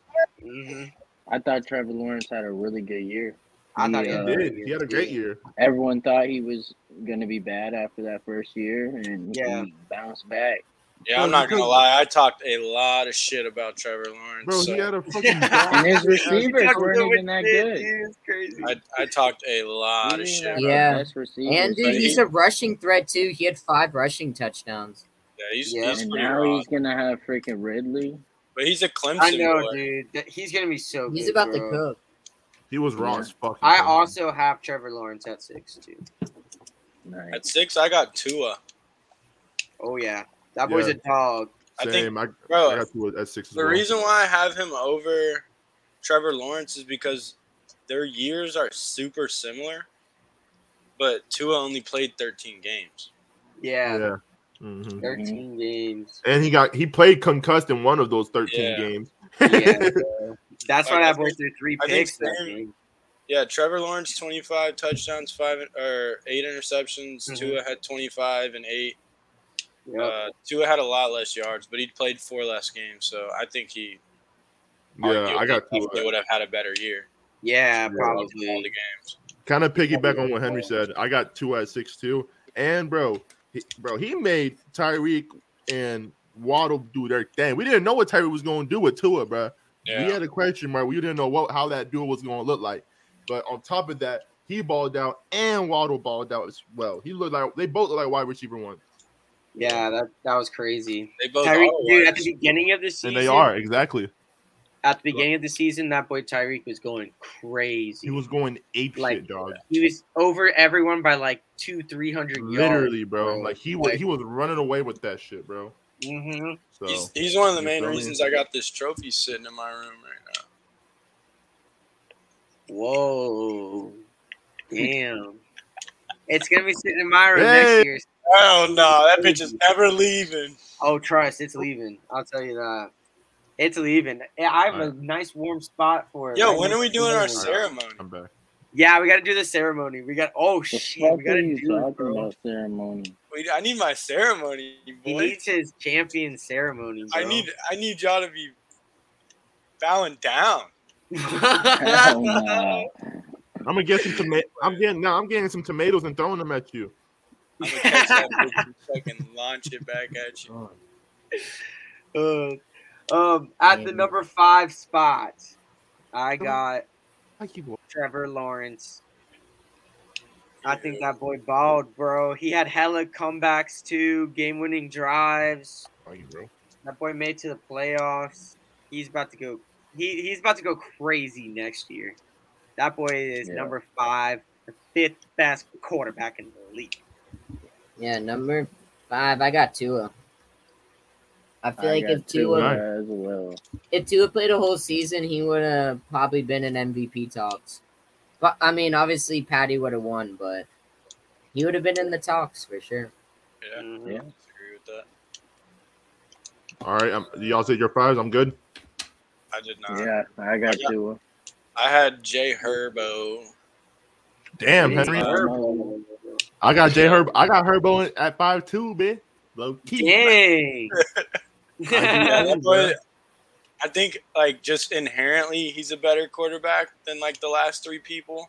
six. Mhm. I thought Trevor Lawrence had a really good year. I thought he Yeah. He did. He had a great year. Everyone thought he was going to be bad after that first year, and Yeah. he bounced back. Yeah, Bro, I'm not because- gonna lie. I talked a lot of shit about Trevor Lawrence. Bro, so he had a fucking. And his receivers That's weren't so even that insane, good. dude. It's crazy. I, I talked a He lot of didn't shit. have about- the Yeah, Yeah. best receivers, And but dude, he- he's a rushing threat too. He had five rushing touchdowns. he's, Yeah. he's and pretty now raw. he's going to have freaking Ridley. But he's a Clemson I know, boy. dude. That- He's gonna be so. He's good, about to bro. cook. he was raw as fuck. I also have Trevor Lawrence at six too. Nice. At six, I got Tua. Oh yeah, that boy's Yeah. a dog. I think- Same. I, Bro, I got two at six. As The well. reason why I have him over Trevor Lawrence is because their years are super similar, but Tua only played 13 games. Yeah, Yeah. Mhm. 13 games. And he got he played concussed in one of those thirteen Yeah. games. Yeah, bro. that's why Like, I that boy think- threw three I think picks. that Sam- game. Yeah, Trevor Lawrence 25 touchdowns, five or eight Mm-hmm. interceptions. Mhm. Tua had 25 and eight. Yep. Uh, Tua had a lot less yards, but he played four less games, so I think he Yeah, I got two. They would have had a better year. yeah, All the probably. games. Kind of piggyback on what Henry said. I got two at six too. And bro, he, bro, he made Tyreek and Waddle do their thing. We didn't know what Tyree was going to do with Tua, bro. Yeah. We had a question mark. We didn't know what how that duel was going to look like. But on top of that, he balled out and Waddle balled out as well. He looked like they both look like wide receiver one, Yeah, that that was crazy. They both Tyreek, are wide dude, at the beginning of the season, and they are exactly. At the beginning of the season, that boy Tyreek was going crazy. He was going ape Like, shit, dog. he was over everyone by like two, three hundred yards. Literally, bro. bro. Like he was Like- he was running away with that shit, bro. hmm So He's, he's one of the You main feel me? reasons I got this trophy sitting in my room right now. Whoa, damn! it's gonna be sitting in my room Hey. next year. Oh no, that bitch is ever leaving. Oh, trust, it's leaving. I'll tell you that. It's leaving. Yeah, I have a nice warm spot for it. Yo, right when next are we to doing the our window. ceremony? I'm back. Yeah, we gotta do the ceremony. We got oh The shit, fuck we are gotta you do talking it, bro. about ceremony? We, I need my ceremony, He boys. needs his champion ceremony. I bro. need I need y'all to be bowing down. Hell Oh, nah. I'm gonna get some tomato. I'm getting now. I'm getting some tomatoes and throwing them at you. I'm gonna catch that bitch and fucking launch it back at you. Uh, um, at the Maybe. number five spot, I got I keep Trevor Lawrence. I think that boy balled, bro. He had hella comebacks too, game-winning drives. on you, bro. That boy made it to the playoffs. He's about to go. He he's about to go crazy next year. That boy is Yeah. number five, the fifth best quarterback in the league. Yeah, number five, I got Tua. I feel like got if two Tua, Nice. as well. if Tua played a whole season, he would have probably been in MVP talks. But I mean, obviously Patty would have won, but he would have been in the talks for sure. Yeah, Mhm. Yeah. I agree with that. All right, um, y'all said your fives. I'm good. I did not. Yeah, I got I got- two. I had Jay Herbo. Damn, Jay Henry. Herbo. I got J Herb. I got Herbo in- at five two, man. Low key. Dang. Yeah, Yeah, that boy, I think like just inherently he's a better quarterback than like the last three people.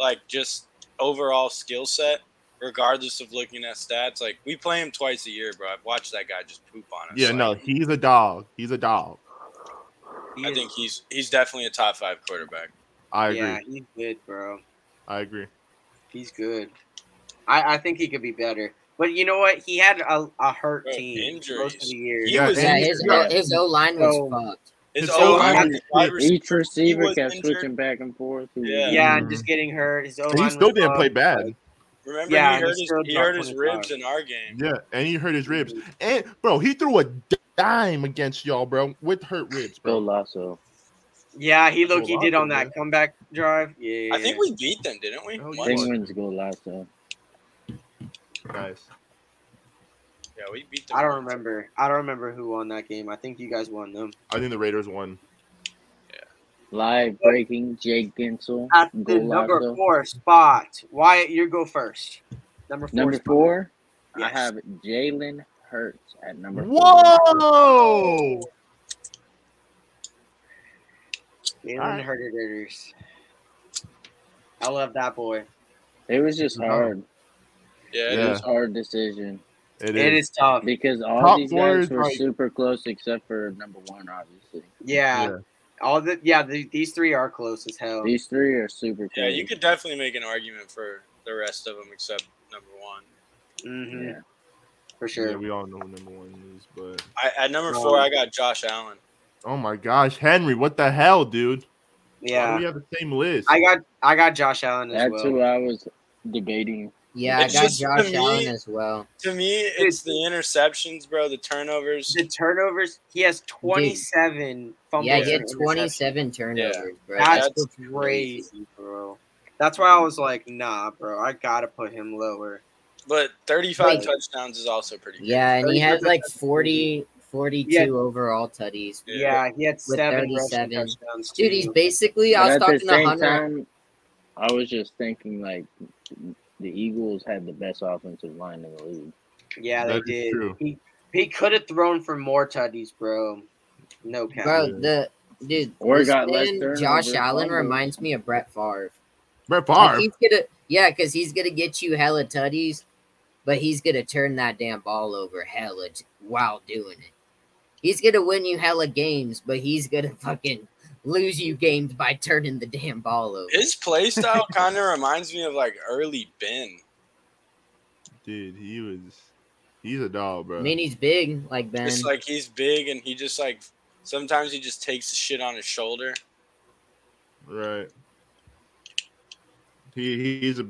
Like just overall skill set, regardless of looking at stats. Like we play him twice a year, bro. I've watched that guy just poop on us. Yeah, Like, no, he's a dog. He's a dog. He I is- think he's he's definitely a top five quarterback. I agree. yeah, he's good, bro. I agree. He's good. I, I think he could be better. But you know what? He had a, a hurt Bro, team most of injuries. the year. He Yeah, was Yeah, and his got- his O line was So- fucked. His His O O-line line, was- wide receiver, Each receiver was kept injured. switching back and forth. He was- Yeah. Yeah, and just getting hurt. His And he still didn't play bad. remember Yeah, he and hurt he his, still he hurt dropped his 25. ribs in our game. Yeah, and he hurt his ribs. And bro, he threw a dime against y'all, bro, with hurt ribs, Bill bro. Lasso. Yeah, he That's a look he lot, did on man. that comeback drive. Yeah, I think we beat them, didn't we? Oh, Once? yeah. What? Penguins go Lasso. Nice. Yeah, we beat them. I don't once. remember. I don't remember who won that game. I think you guys won them. I think the Raiders won. Live breaking Jake Gensel. At Go the number Lasso. four spot, Wyatt, you go first. Number four. Number spot. four, I Yes. have Jalen Hurts at number four. Whoa! Jalen Alright. Hurts. I love that boy. It was just No. hard. Yeah, It Yeah. was hard decision It it is. is tough. because all Top these four guys is were probably- super close except for number one, obviously. Yeah. Yeah. All the yeah, the, these three are close as hell. These three are super close. yeah. You could definitely make an argument for the rest of them except number one. hmm Yeah. For Yeah, sure. we all know who number one is, but I, at number Bro. four, I got Josh Allen. oh my gosh, Henry, what the hell, dude? Why do Yeah. we have the same list. I got I got Josh Allen as That's well. uh, who I was debating. Yeah, I It's got just to Josh me- Allen as well. To me, it's the interceptions, bro. The turnovers. The turnovers, he has 27 fumbles. Yeah, he he had had and interceptions. 27 turnovers, bro. That's, That's crazy, bro. That's why I was like, nah, bro, I gotta put him lower. But 35 Wait. touchdowns is also pretty good. Yeah, and he had 37 like 40, 42 Yeah. overall tutties. Yeah. Yeah, he had seven rushing 37. touchdowns. Dude, he's too. basically. But I was at the talking to same Hunter. time, I was just thinking like the Eagles had the best offensive line in the league. yeah, they That is did. true. He, he could have thrown for more tutties, bro. No cap. Bro, Yeah. the dude, Or this got less man, turnovers, Josh Allen fumbles. reminds me of Brett Favre. Brett Like, Favre. he's gonna, yeah, because he's gonna get you hella tutties, but he's gonna turn that damn ball over hella t- while doing it. He's gonna win you hella games, but he's gonna fucking lose you games by turning the damn ball over. His play style kind of reminds me of like early Ben. Dude, he was he's a dog, bro. I mean, he's big like Ben. It's like he's big and he just like sometimes he just takes the shit on his shoulder. right. He he- he's a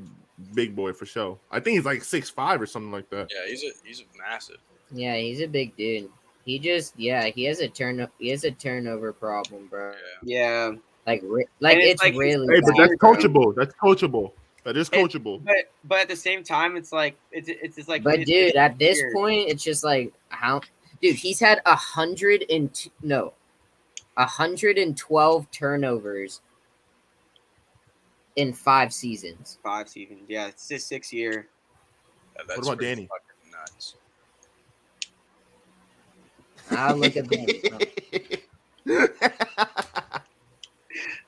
big boy for sure. I think he's like six five or something like that. Yeah, he's a he's a massive. yeah, he's a big dude. He just yeah, he has a turn he has a turnover problem, bro. Yeah, Like re- like it's it's, like he's- really Hey, but bad, that's bro. coachable. That's coachable. That is Hey, coachable. but but at the same time, it's like it's it's just like. But it's- dude, at this weird. point, it's just like how, dude, he's had a hundred and t- no, a hundred and twelve turnovers in five seasons. five seasons. Yeah, it's his sixth year. Yeah, that's about pretty Danny? fucking Nuts. I'll look at that.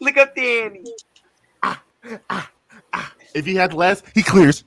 Look up Danny. if he had less, he clears.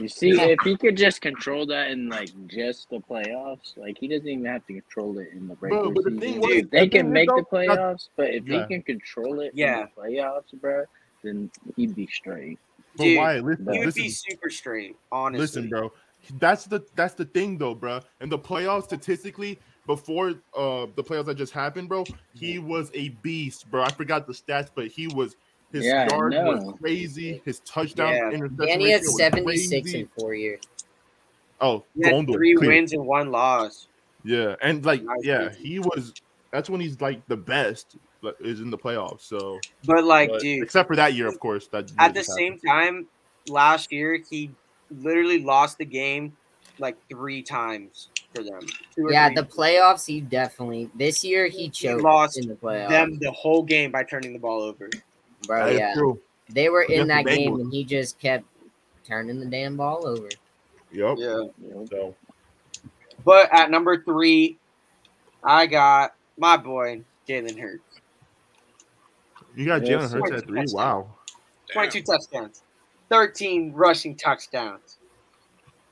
You see, if he could just control that in like just the playoffs, like he doesn't even have to control it in the regular but the season. thing was- If they the can thing make is, the playoffs, but if Yeah. he can control it Yeah. in the playoffs, bro, then he'd be straight. But Dude, why? Listen, Bro, He would listen, be super straight, honestly. listen, bro. That's the that's the thing though, bro. And the playoffs statistically before uh the playoffs that just happened, bro, he was a beast, bro. I forgot the stats, but he was his Yeah, I yard was know. crazy, his touchdown Yeah. interception. Danny had ratio was seventy six crazy. in four years. Oh, He had Gondor, three clear. wins and one loss. Yeah, and like Nice yeah, season. he was. That's when he's like the best like, is in the playoffs. So But like, but- dude, except for that year, of course. That at the just same time, last year he literally lost the game like three times for them. Two or Yeah, three. the playoffs. He definitely this year he choked lost in the playoffs, them the whole game by turning the ball over. bro. happened. That is yeah, true. they were in Against that the game Bengals. and he just kept turning the damn ball over. Yep. Yeah. You know? So But at number three, I got my boy Jalen Hurts. you got Yeah, Jalen Hurts so- at three. Wow. Damn. 22 touchdowns, 13 rushing touchdowns,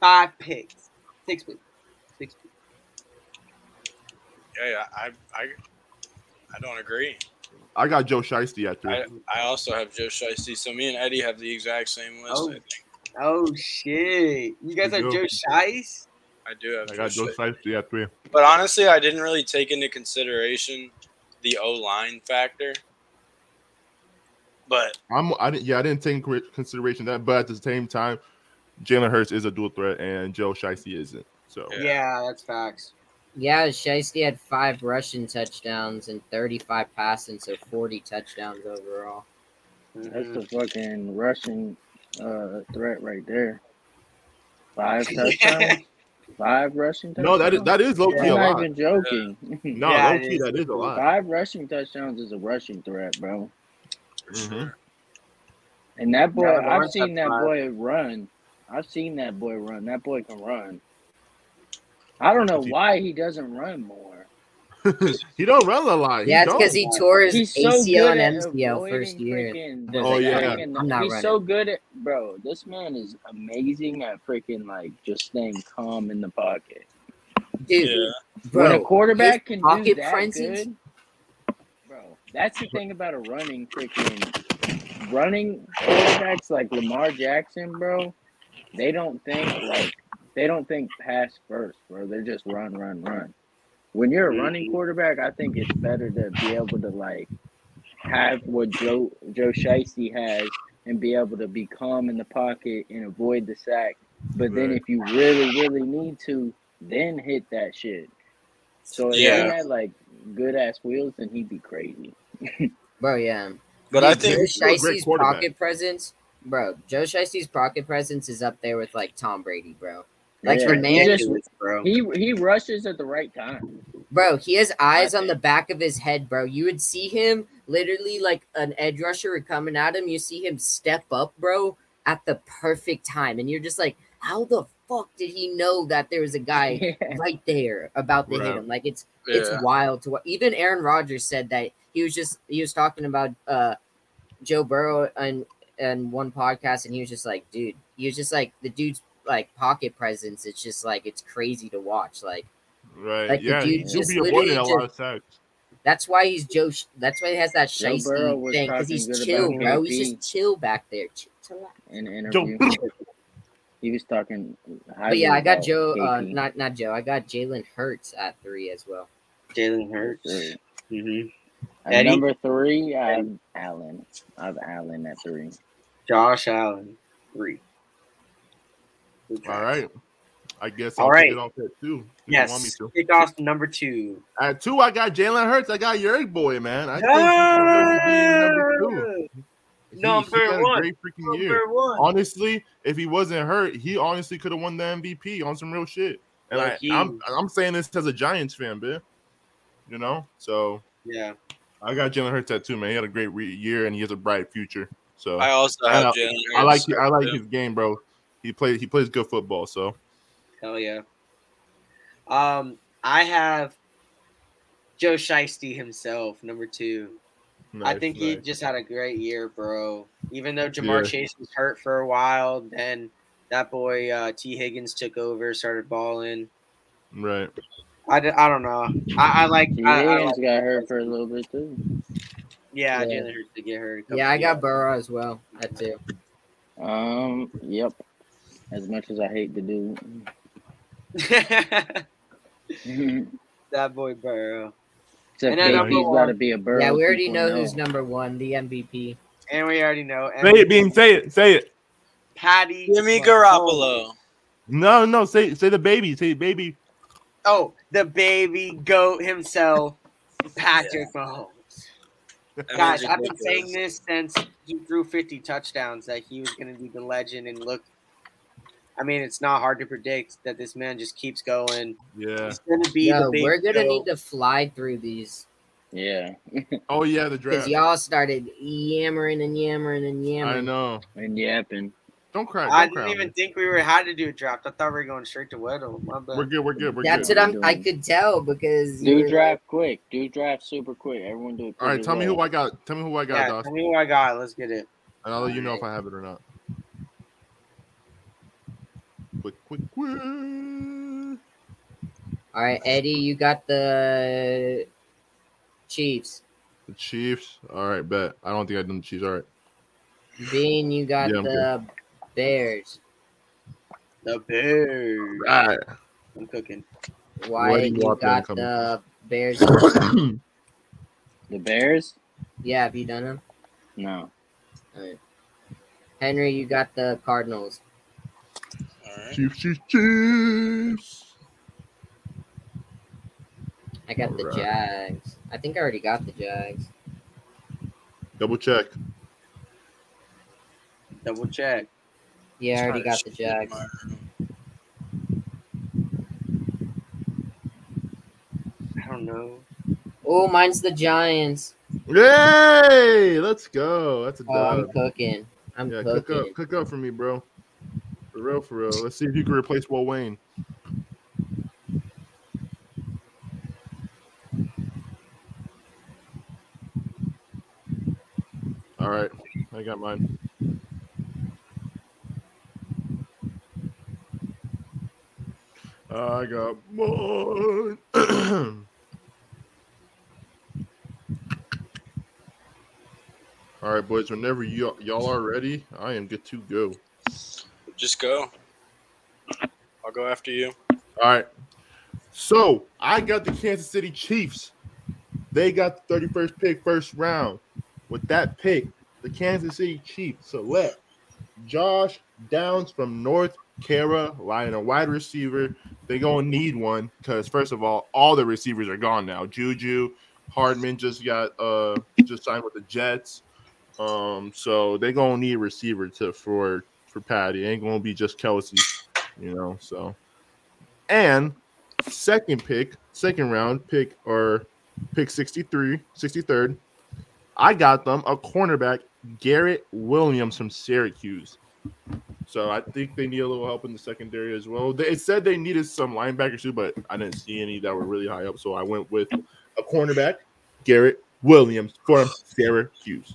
five picks, six picks. Six picks. Yeah, yeah, I I I don't agree. I got Joe Shiesty at three. I, I also have Joe Shiesty, so me and Eddie have the exact same list. Oh. I, think. Oh, shit. You guys You do. are Joe Shice? I do have. I got Joe Joe Shiesty. Shiesty at three. But honestly, I didn't really take into consideration the O line factor. But I'm. I didn't. Yeah, I didn't take into consideration that, but at the same time, Jalen Hurts is a dual threat, and Joe Shiesty isn't. So Yeah. Yeah, that's facts. Yeah, Shiesty had five rushing touchdowns and 35 passing, so 40 touchdowns overall. That's Mhm. the fucking Russian uh, threat right there. Five Yeah. touchdowns, five rushing no, touchdowns. that is that is low key I'm a not lot. even joking. No, Yeah, low it key is. that is a lot. Five rushing touchdowns is a rushing threat, bro. for Mhm. sure, And that boy, Yeah, I've Lawrence seen had that five. boy run. I've seen that boy run. That boy can run. I don't know He- why he doesn't run more. He don't run a lot. He Yeah, it's don't. because he tore his He's so ACL good at and MCL avoiding first year. freaking- The Oh, yeah. freaking- I'm not he's running. so good at bro. This man is amazing at freaking like just staying calm in the pocket. Dude, Yeah. when a bro, quarterback can do pocket that presence- good, bro. That's the thing about a running freaking running quarterbacks like Lamar Jackson, bro. They don't think like they don't think pass first, bro. They just run, run, run. When you're Mm-hmm. a running quarterback, I think it's better to be able to like have what Joe Joe Shiesty has and be able to be calm in the pocket and avoid the sack. But then Right. if you really, really need to, then hit that shit. So if Yeah. he had like good ass wheels, then he'd be crazy. bro, yeah. But I Dude, think Joe he's a great Shiesty's quarterback. pocket presence, bro, Joe Shiesty's pocket presence is up there with like Tom Brady, bro. Like Yeah, the he man, just- bro. He he rushes at the right time. bro, he has eyes on the back of his head, bro. You would see him literally like an edge rusher would coming at him. You see him step up, bro, at the perfect time, and you're just like, how the fuck did he know that there was a guy Yeah. right there about to hit Right. him? Like it's it's yeah, wild to wa- even Aaron Rodgers said that he was just he was talking about uh Joe Burrow and and one podcast and he was just like dude he was just like the dude's like pocket presence it's just like it's crazy to watch like Right. Like, the yeah. dude He'll just be avoiding a literally lot of sex. That's why he's Joe. Sh- That's why he has that Joe Burrow shiesty was thing because talking he's good chill, about bro. KP. He's just chill back there. Chill, chill out. in an interview. He was talking. But yeah, I got Joe. highly Uh, about KP. not not Joe. I got Jalen Hurts at three as well. Jalen Hurts. Three. Mm-hmm. At Eddie? number three, I have Allen. I have Allen at three. Josh Allen, three. Good All job. right. I guess All I'll right. take it off at two. if you want me Yes. to. Kick off number two. At two, I got Jalen Hurts. I got Yerk Boy, man. I think he's gonna be number two. He- Number he's had a one. Great freaking Number year. one. Honestly, if he wasn't hurt, he honestly could have won the MVP on some real shit. And I, Low key. I'm I'm saying this as a Giants fan, man. You know, so yeah. I got Jalen Hurts at two, man. He had a great re- year and he has a bright future. So I I, also I have know. Jalen. like Hurts. I like his game, bro. He plays he plays good football. So Hell yeah. Um, I have Joe Shiesty himself, number two. I nice, think he nice. just had a great year, bro. Even though Jamar Yeah. Chase was hurt for a while, then that boy uh, T. Higgins took over, started balling. right. I, d- I don't know. I, I like. T. I, I Higgins like- got hurt for a little bit too. yeah, Yeah. Jalen Hurts to get hurt. a couple- Yeah, I got Burrow as well at two. Um, yep. As much as I hate to do, except that boy Burrow. And then KP's number got to one. be a bird. yeah, we already know who's number one, the MVP. And we already know. Say it, Bean. Say it. Say it. Patty. Jimmy Mahomes. Garoppolo. No, no. Say say the baby. Say baby. Oh, the baby goat himself, Patrick Mahomes. Guys, I've been saying this since he threw 50 touchdowns that he was going to be the legend. And look, I mean, it's not hard to predict that this man just keeps going. Yeah. He's going to be Yo, the baby we're gonna goat. need to fly through these Yeah, Oh yeah, the because draft. y'all started yammering and yammering and yammering. I know. and yapping. Don't cry. Don't I cry. didn't even man. think we were had to do a draft. I thought we were going straight to Weddle. My bad. We're good. We're good. We're That's good. what We're I'm. I doing- could tell because you Do were draft quick. Do draft super quick. Everyone do it. All right. Tell me who I got. Tell me who I got, yeah, tell Dawson, me who I got. Let's get it. and I'll let you know if I have it or not. Quick, quick, quick. All right, Eddie, you got the Chiefs. The Chiefs. All right, bet. I don't think I done the Chiefs. All right. Bean, you got Yeah, I'm the Bears. The Bears. All right. I'm cooking. What Wyatt, do you you, want them got coming the Bears. The Bears? yeah, have you done them? No. All right. Henry, you got the Cardinals. Chiefs, Chiefs, Chiefs. I got the Alright. Jags. I think I already got the Jags. Double check. Double check. Yeah, I already got the Jags. I don't know. Oh, mine's the Giants. Yay! Let's go. That's a Oh, I'm dub. cooking. I'm yeah, cook cooking. up, cook up for me, bro. For real, for real. Let's see if you can replace Will Wayne. All right, I got mine. I got mine. All right, boys. Whenever y- y'all are ready, I am good to go. Just go. I'll go after you. All right. So I got the Kansas City Chiefs. They got the 31st pick, first round. With that pick, the Kansas City Chiefs select Josh Downs from North Carolina, wide receiver. They're going to need one because, first of all, all the receivers are gone now. Juju, Hardman just got uh just signed with the Jets. Um, so they're gonna need a receiver to for for Patty. It ain't gonna be just Kelsey, you know. So and second pick, second round pick or pick 63, 63rd. I got them a cornerback, Garrett Williams from Syracuse. So I think they need a little help in the secondary as well. They it said they needed some linebackers too, but I didn't see any that were really high up. So I went with a cornerback, Garrett Williams from Syracuse.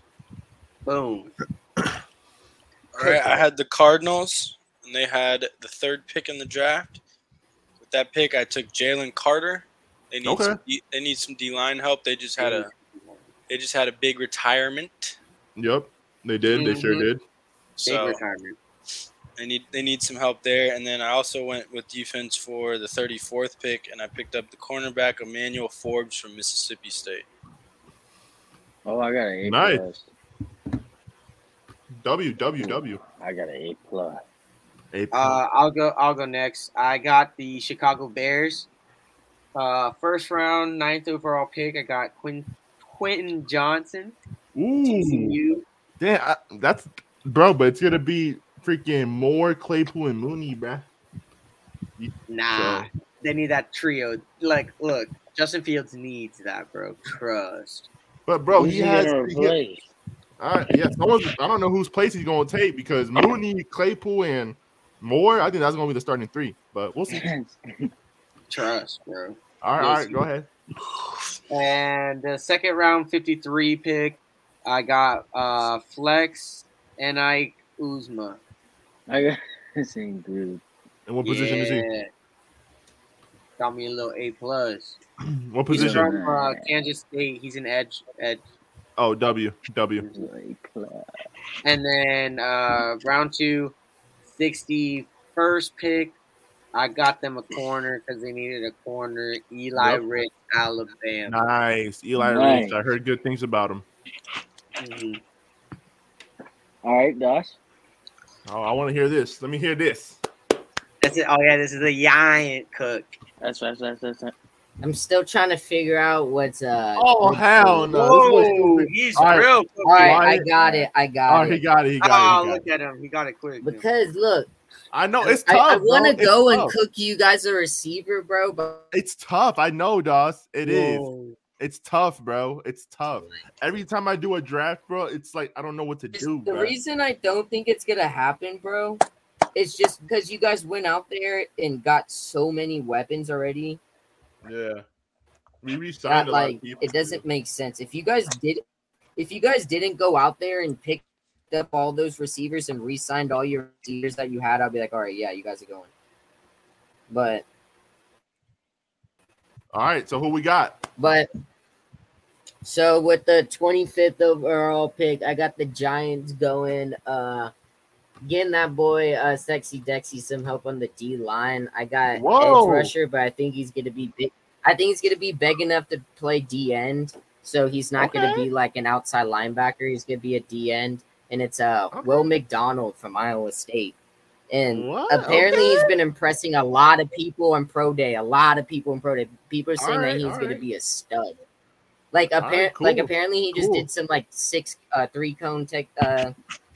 Boom. All right, I had the Cardinals, and they had the third pick in the draft. With with that pick, I took Jalen Carter. They need Okay. some, D- they need some D line help. They just had a they just had a big retirement. Yep, they did. They sure Mhm. did. Big So retirement. they need they need some help there. And then I also went with defense for the 34th pick, and I picked up the cornerback Emmanuel Forbes from Mississippi State. Oh, I got an A Nice. plus. WWW. I got an A plus. A- Uh, I'll go. I'll go next. I got the Chicago Bears. Uh, first round, ninth overall pick. I got Quin- Quentin Johnson, Ooh, TCU. damn, I, that's bro. But it's gonna be freaking more Claypool and Mooney, bruh. Hmm. Nah, they need that trio. Like, look, Justin Fields needs that, bro. Trust. But bro, Who's he he has. gonna he- replace? I, yeah, someone's, I don't know whose place he's going to take because Mooney, Claypool, and Moore. I think that's going to be the starting three, but we'll see. Trust, bro. All right, We'll all right, see. go ahead. And the second round, 53 pick. I got uh Flex and I Uzma. I got the same group. And what position is he? Yeah. Got me a little A plus. What He's position? right. from uh, Kansas State. He's an edge, edge. Oh, W, W. A plus. And then uh, round two, 61st pick. I got them a corner because they needed a corner. Eli Yep. Rich, Alabama. Nice, Eli Nice. Rich. I heard good things about him. Mhm. All right, Dosh. Oh, I want to hear this. Let me hear this. That's it. Oh yeah, this is a giant cook. That's that's that's that's. that's. I'm still trying to figure out what's uh. Oh hell no! Whoa, he's All right. real. cooking. all right, I why- got it. I got Oh, it. he got it. He got Oh, it. He got look it. at him. He got it quick. Because look, I know it's I, tough. I want to bro. It's go and tough. cook you guys a receiver, bro. But It's tough. I know, Doss. It is. It's tough, bro. It's tough. Every time I do a draft, bro, it's like I don't know what to Just do. the bro. reason I don't think it's gonna happen, bro, is just because you guys went out there and got so many weapons already Yeah. We re-signed a that lot like of people. it doesn't make sense. If you guys did, if you guys didn't go out there and pick up all those receivers and re-signed all your receivers that you had, I'd be like, all right, yeah, you guys are going. But All right, so who we got? But so with the 25th overall pick, I got the Giants going. Uh Getting that boy, uh, sexy Dexy, some help on the D line. I got Whoa. edge rusher, but I think he's gonna be big. I think he's gonna be big enough to play D end, so he's not gonna Okay. be like an outside linebacker. He's gonna be a D end, and it's uh Okay. Will McDonald from Iowa State, and What? apparently Oh, Okay. he's been impressing a lot of people in pro day. A lot of people in pro day. People are saying Alright, that he's going alright. to be a stud. Like apparent, Alright, like cool, apparently he just cool. did some like six, uh, three cone tech uh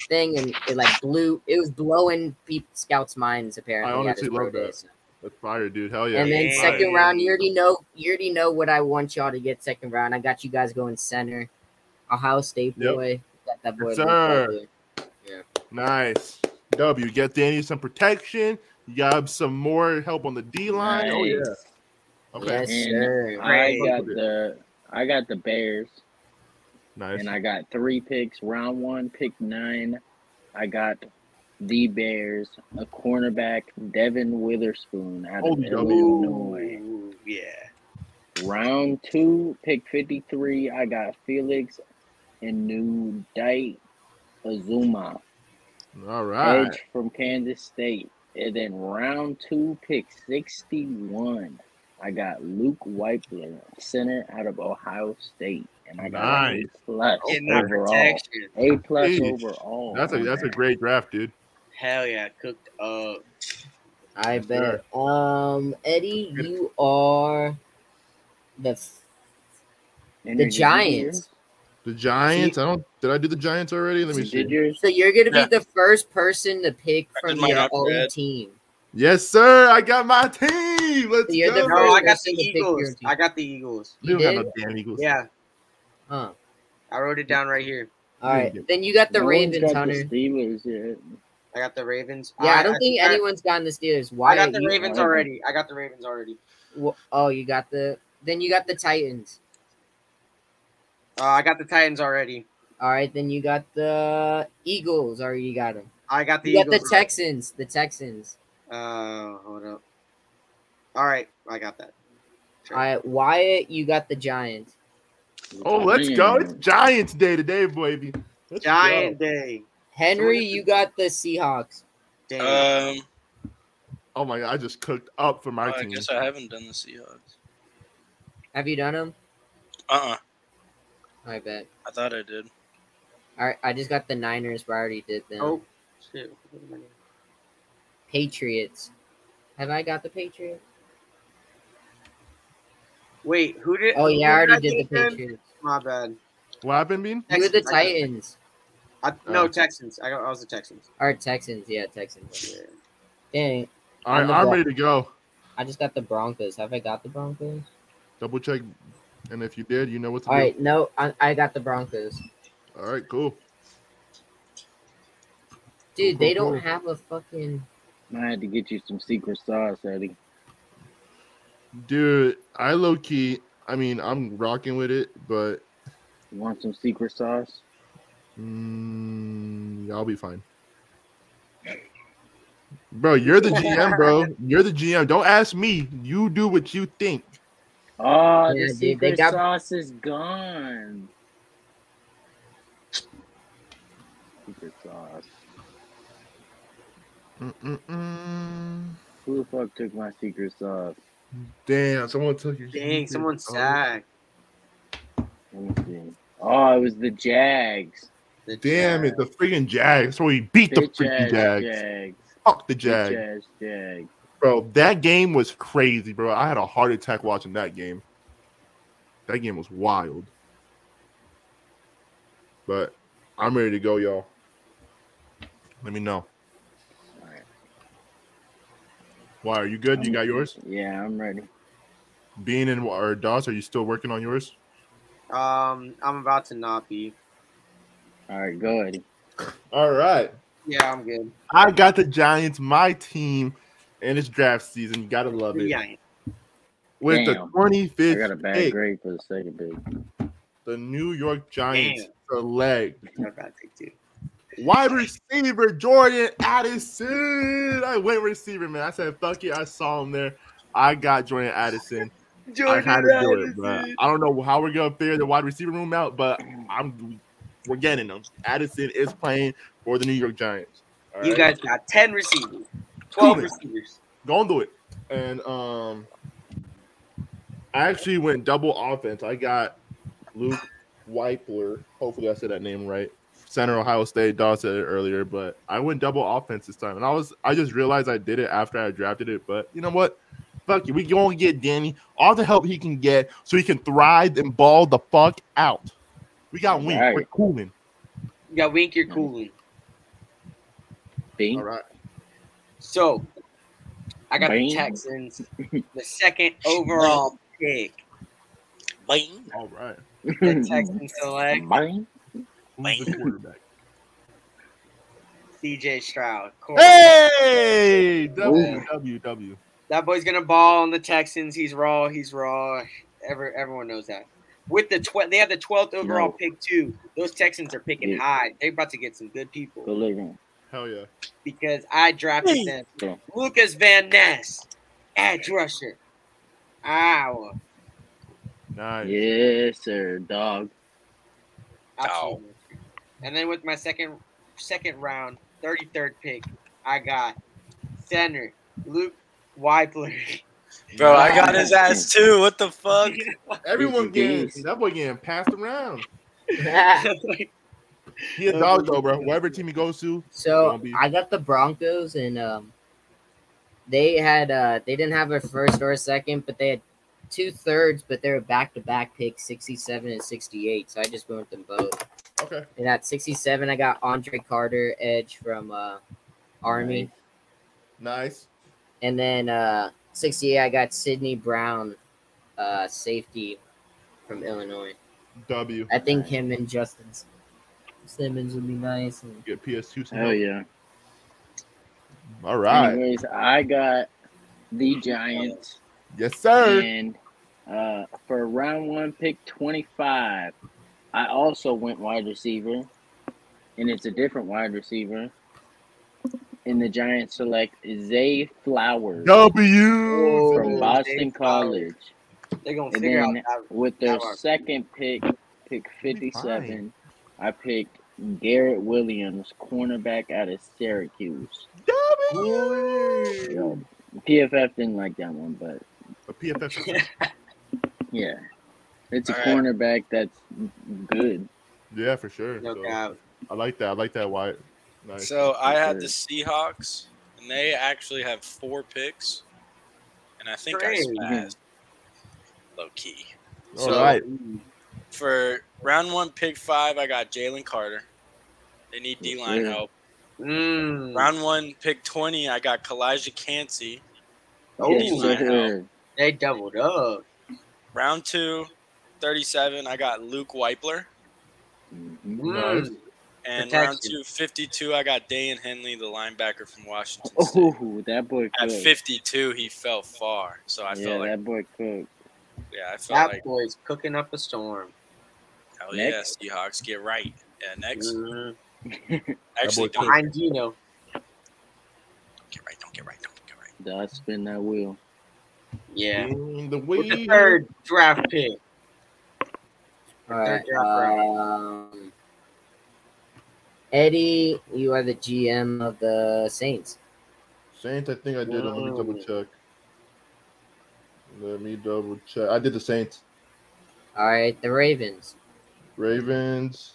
thing, and it like blew. It was blowing peep scouts' minds. Apparently, at honestly his pro love day, that. so. That's fire, dude. Hell yeah. and then Fire. second round, you already know, you already know what I want y'all to get second round. I got you guys going center, Ohio State Yep. boy. Got that boy. Yes, looked up sir. there. Nice. W. Get Danny some protection. You got some more help on the D line. Oh yeah. Nice. Okay. Yes, And sir. I Right. got the I got the Bears, Nice. and I got three picks. Round one, pick nine. I got the Bears, a cornerback, Devin Witherspoon out of Holy W. Illinois. Ooh, yeah. Round two, pick fifty-three. I got Felix and New Dite Azuma, All right. edge from Kansas State. And then round two, pick sixty-one. I got Luke Weipler, center out of Ohio State, and I got an A plus Getting that overall. protection. A plus Jeez. overall. That's a on that's a that. great draft, dude. Hell yeah, cooked up. I Yes, bet. Um, Eddie, Good. you are the f- the Energy Giants. The Giants. I don't did I do the Giants already? Let me Did see. yours? So you're gonna Yeah. be the first person to pick I from did mine your after own Ed. team. Yes, sir. I got my team. Let's You're the go. No, I got the Person to pick your Eagles. team. I got the Eagles. we don't You have no damn Eagles. Yeah, Huh. I wrote it down right here. All Yeah, right. yeah. Then you got the No one's Ravens, got Hunter. The Steelers yet. I got the Ravens. yeah, I don't think I, anyone's gotten the Steelers. Why? I got the you- Ravens already. I got the Ravens already. Wh- Oh, you got the. Then you got the Titans. Uh, I got the Titans already. All right. Then you got the Eagles. Already got them. I got the You got Eagles. the Texans. The Texans. Uh, hold up. All right, I got that. All right, Wyatt, you got the Giants. Oh, let's go. It's Giants Day today, baby. Let's go. Giant Day. Henry, you got the Seahawks. Damn. Um, Oh my god, I just cooked up for my I team. guess I haven't done the Seahawks. Have you done them? Uh uh I bet. I thought I did. All right, I just got the Niners, but I already did them. oh shoot. Patriots. Have I got the Patriots? Wait, who did? Oh yeah, I who already did the again? Patriots. My bad. What happened, Bean? You were the Texans, I got- Titans. I, no Oh. Texans. I, got, I was the Texans. Or Texans, yeah, Texans. Yeah. Dang, All I'm right, the I'm Bron- ready to go. I just got the Broncos. Have I got the Broncos? Double check, and if you did, you know what to All do. right, no, I, I got the Broncos. All right, cool. Dude, they don't Cool. have a fucking. I had to get you some secret sauce, Eddie. Dude, I low key. I mean, I'm rocking with it, but You want some secret sauce? mm, I'll be fine. Bro, you're the GM, bro. You're the GM. Don't ask me. You do what you think. Oh, Yeah, the dude, they secret got- sauce is gone. Secret sauce. Mm-mm-mm. Who the fuck took my secret sauce? Damn, someone took your. Dang, someone Oh, sacked. Let me see. Oh, it was the Jags. The Damn it, Giants. the freaking Jags. So he beat the Bitch freaking ass Jags. Jags. Fuck the Bitch Jags. ass Jags. Bro, that game was crazy, bro. I had a heart attack watching that game. That game was wild. But I'm ready to go, y'all. Let me know. All right. Why are you good? You got yours? Yeah, I'm ready. Bean and or Doss, are you still working on yours? Um, I'm about to not be. All right, go Eddie. All right. Yeah, I'm good. I got the Giants, my team, and it's draft season. You gotta love it. The Giants. With Damn. the 25th I got a bad pick, grade for the second pick. the New York Giants Damn. select They're about to take two. Wide receiver Jordan Addison. I went receiver, man. I said, fuck it. I saw him there. I got Jordan Addison. I had to do it, bro. I don't know how we're gonna figure the wide receiver room out, but I'm we're getting them. Addison is playing for the New York Giants. All You right? guys got ten receivers, twelve Cool. receivers. go and do it. And um I actually went double offense. I got Luke Weipler. Hopefully I said that name right. Center Ohio State. Don said it earlier, but I went double offense this time. And I was I just realized I did it after I drafted it. But you know what? Fuck you. We gonna get Danny all the help he can get so he can thrive and ball the fuck out. We got Wink. Right. We're cooling. You got Wink, Mm-hmm. you're cooling. Bing. All right. So, I got Bang. the Texans, the second overall pick. All right. The Texans select Bing. Who's the quarterback? C.J. Stroud. Cool. Hey, WWW. That boy's gonna ball on the Texans. He's raw. He's raw. Ever everyone knows that. With the tw- they have the twelfth overall No. pick too. Those Texans are picking Yeah. high. They're about to get some good Go people look him. Hell yeah. because I drafted Hey. them. Yeah. Lucas Van Ness, edge rusher, Iowa. Nice. Yes, sir, dog. Absolutely. And then with my second second round, thirty third pick, I got center Luke Weipler. Bro, I got his ass too. What the fuck? Everyone getting Yes. that boy getting passed around. Like, He a Oh, dog though, bro. Whatever team he goes to, so Zombie. I got the Broncos, and um, they had uh, they didn't have a first or a second, but they had two thirds, but they were back to back picks, sixty seven and sixty eight. So I just went with them both. okay. And at sixty seven, I got Andre Carter, edge from uh, Army. Nice. Nice. And then uh 68 I got Sidney Brown uh safety from Illinois. W. I think him and Justin S- Simmons would be nice and Get PS2 Hell tonight. yeah. All right. Anyways, I got the Giants Yes, sir. and uh, for round one pick twenty five, I also went wide receiver, and it's a different wide receiver. and the Giants select Zay Flowers W. from Zay Flowers. Boston College. They're gonna And figure out then that With their Flowers. second pick, pick 57, I picked Garrett Williams, cornerback out of Syracuse. W. Yo, PFF didn't like that one, but A PFF. yeah. It's a All right. cornerback that's good. Yeah, for sure. no So, doubt. I like that. I like that. Wyatt. Nice. So I had the Seahawks, and they actually have four picks, and I think Great. I spazzed low key. All so- right. For round one, pick five, I got Jalen Carter. They need D line Yeah. help. Mm. Round one, pick twenty, I got Kalijah Cansey. Oh, Yes, my sir. they doubled up. Round two, 37, I got Luke Weipler. Mhm. Nice. Mm. And Protection. round two, 52, I got Dan Henley, the linebacker from Washington. State. Oh, that boy At cooked. 52, he fell far. So I yeah, felt like, that boy cooked. yeah, I felt That like, boy's cooking up a storm. hell Next. Oh, yeah, Seahawks, get right. Yeah, next. Mm. Actually, boy don't Behind Gino. get right, don't get right, don't get right. I spin that wheel. Yeah. Mm, The With the way. third draft pick. All Third right. round. Um, Eddie, you are the GM of the Saints. Saints, I think I did. it. Let me Whoa. double check. Let me double check. I did the Saints. All right, the Ravens. Ravens.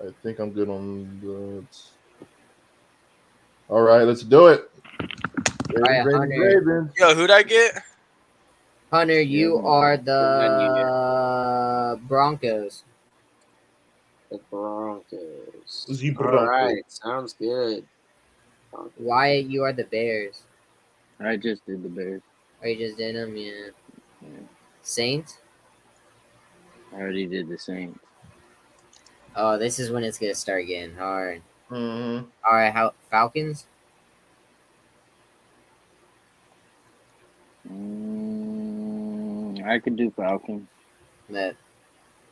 I think I'm good on that. All right, let's do it. right, Ravens, Hunter. Ravens. Yo, who'd I get? Hunter, you Yeah. are the Broncos. The Broncos. Zebra. All right. Sounds good. Wyatt, you are the Bears. I just did the Bears. Or you just did them, yeah. Yeah. Saints. I already did the same. Oh, this is when it's gonna start getting hard. Mhm. All right, how Falcons? Mm, I could do Falcon. That.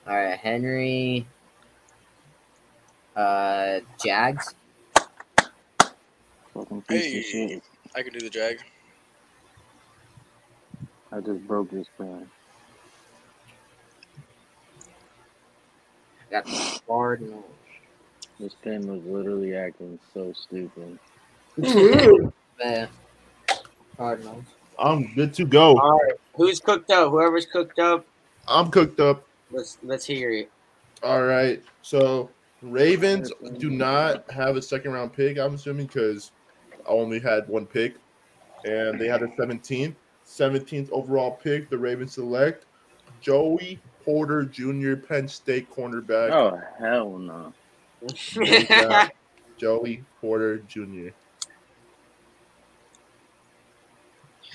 All right, Henry. Uh, Jags. Fucking piece of Hey. shit. I could do the drag. I just broke this plan. Got the Cardinals. This pen was literally acting so stupid. The Eh, Cardinals. I'm good to go. All right. Who's cooked up? Whoever's cooked up, I'm cooked up. let's let's hear it. All right. So Ravens do not have a second round pick, I'm assuming, because I only had one pick. And they had a 17th. 17th overall pick. The Ravens select Joey Porter Jr., Penn State cornerback. Oh hell no! Yeah. Joey Porter Jr.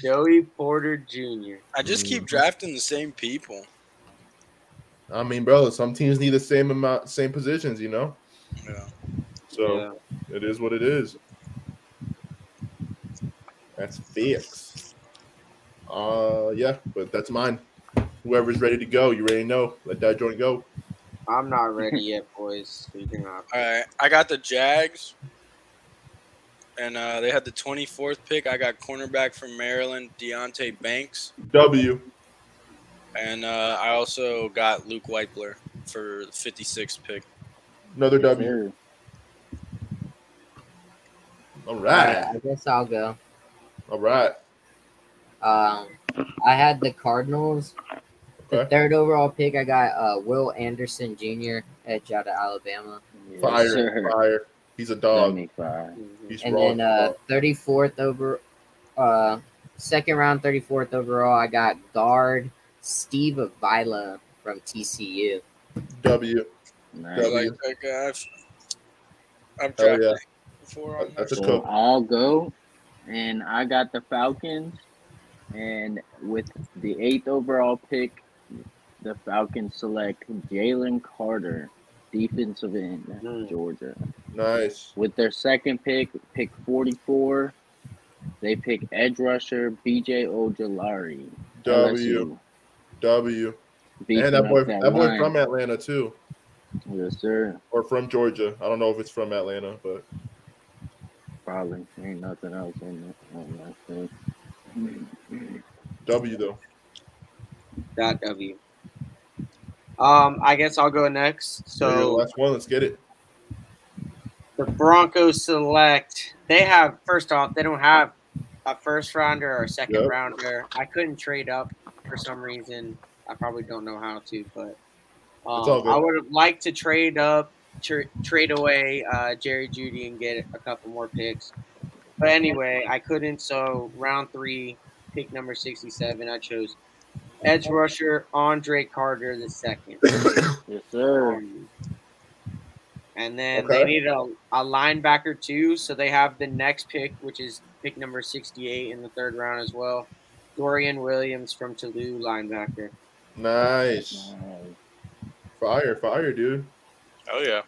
Joey Porter Jr. I just keep Mhm. drafting the same people. I mean, bro, some teams need the same amount, same positions, you know? Yeah. So Yeah. it is what it is. That's fixed. Uh, yeah, but that's mine. Whoever's ready to go, you already know. Let that joint go. I'm not ready yet, boys. Speaking of. All right, I got the Jags, and uh, they had the 24th pick. I got cornerback from Maryland, Deontay Banks, W. and uh, I also got Luke Weipler for the 56th pick. Another W. Sir, All All right. right, I guess I'll go. All right. Um, I had the Cardinals. The Okay. third overall pick, I got uh, Will Anderson Jr. edge out of Alabama, Yes, Fire. sir. Fire. He's a Let dog. me fire. Mhm. He's and raw. then uh, 34th over, uh, second round, 34th overall, I got guard Steve Avila from TCU. W. I Nice. W. like that guy. I've, I've Hell drafted yeah. before on That's that. a So cook. I'll go, and I got the Falcons, and with the eighth overall pick, the Falcons select Jalen Carter, defensive end, Hmm. Mm. Georgia. Nice. With their second pick, pick forty-four, they pick edge rusher B.J. Ojolari. W. W. LSU, And that boy, beefing up that boy line. from Atlanta, too. yes, sir. or from Georgia. I don't know if it's from Atlanta, but probably. Ain't nothing else in there. on that thing. W though. Dot W. Um, I guess I'll go next. You're the So last one. Let's get it. the Broncos select. They have first off, they don't have a first rounder or a second Yep. rounder. I couldn't trade up for some reason. I probably don't know how to, but all um, good. I would have liked to trade up, tr trade away uh, Jerry Judy and get a couple more picks. But anyway, I couldn't. So round three, pick number sixty-seven, I chose edge rusher Andre Carter the second. yes, sir. Um, And then Okay. they need a, a linebacker too, so they have the next pick, which is pick number 68 in the third round as well. Dorian Williams from Toulouse, linebacker. Nice. Fire, fire, dude. Oh yeah.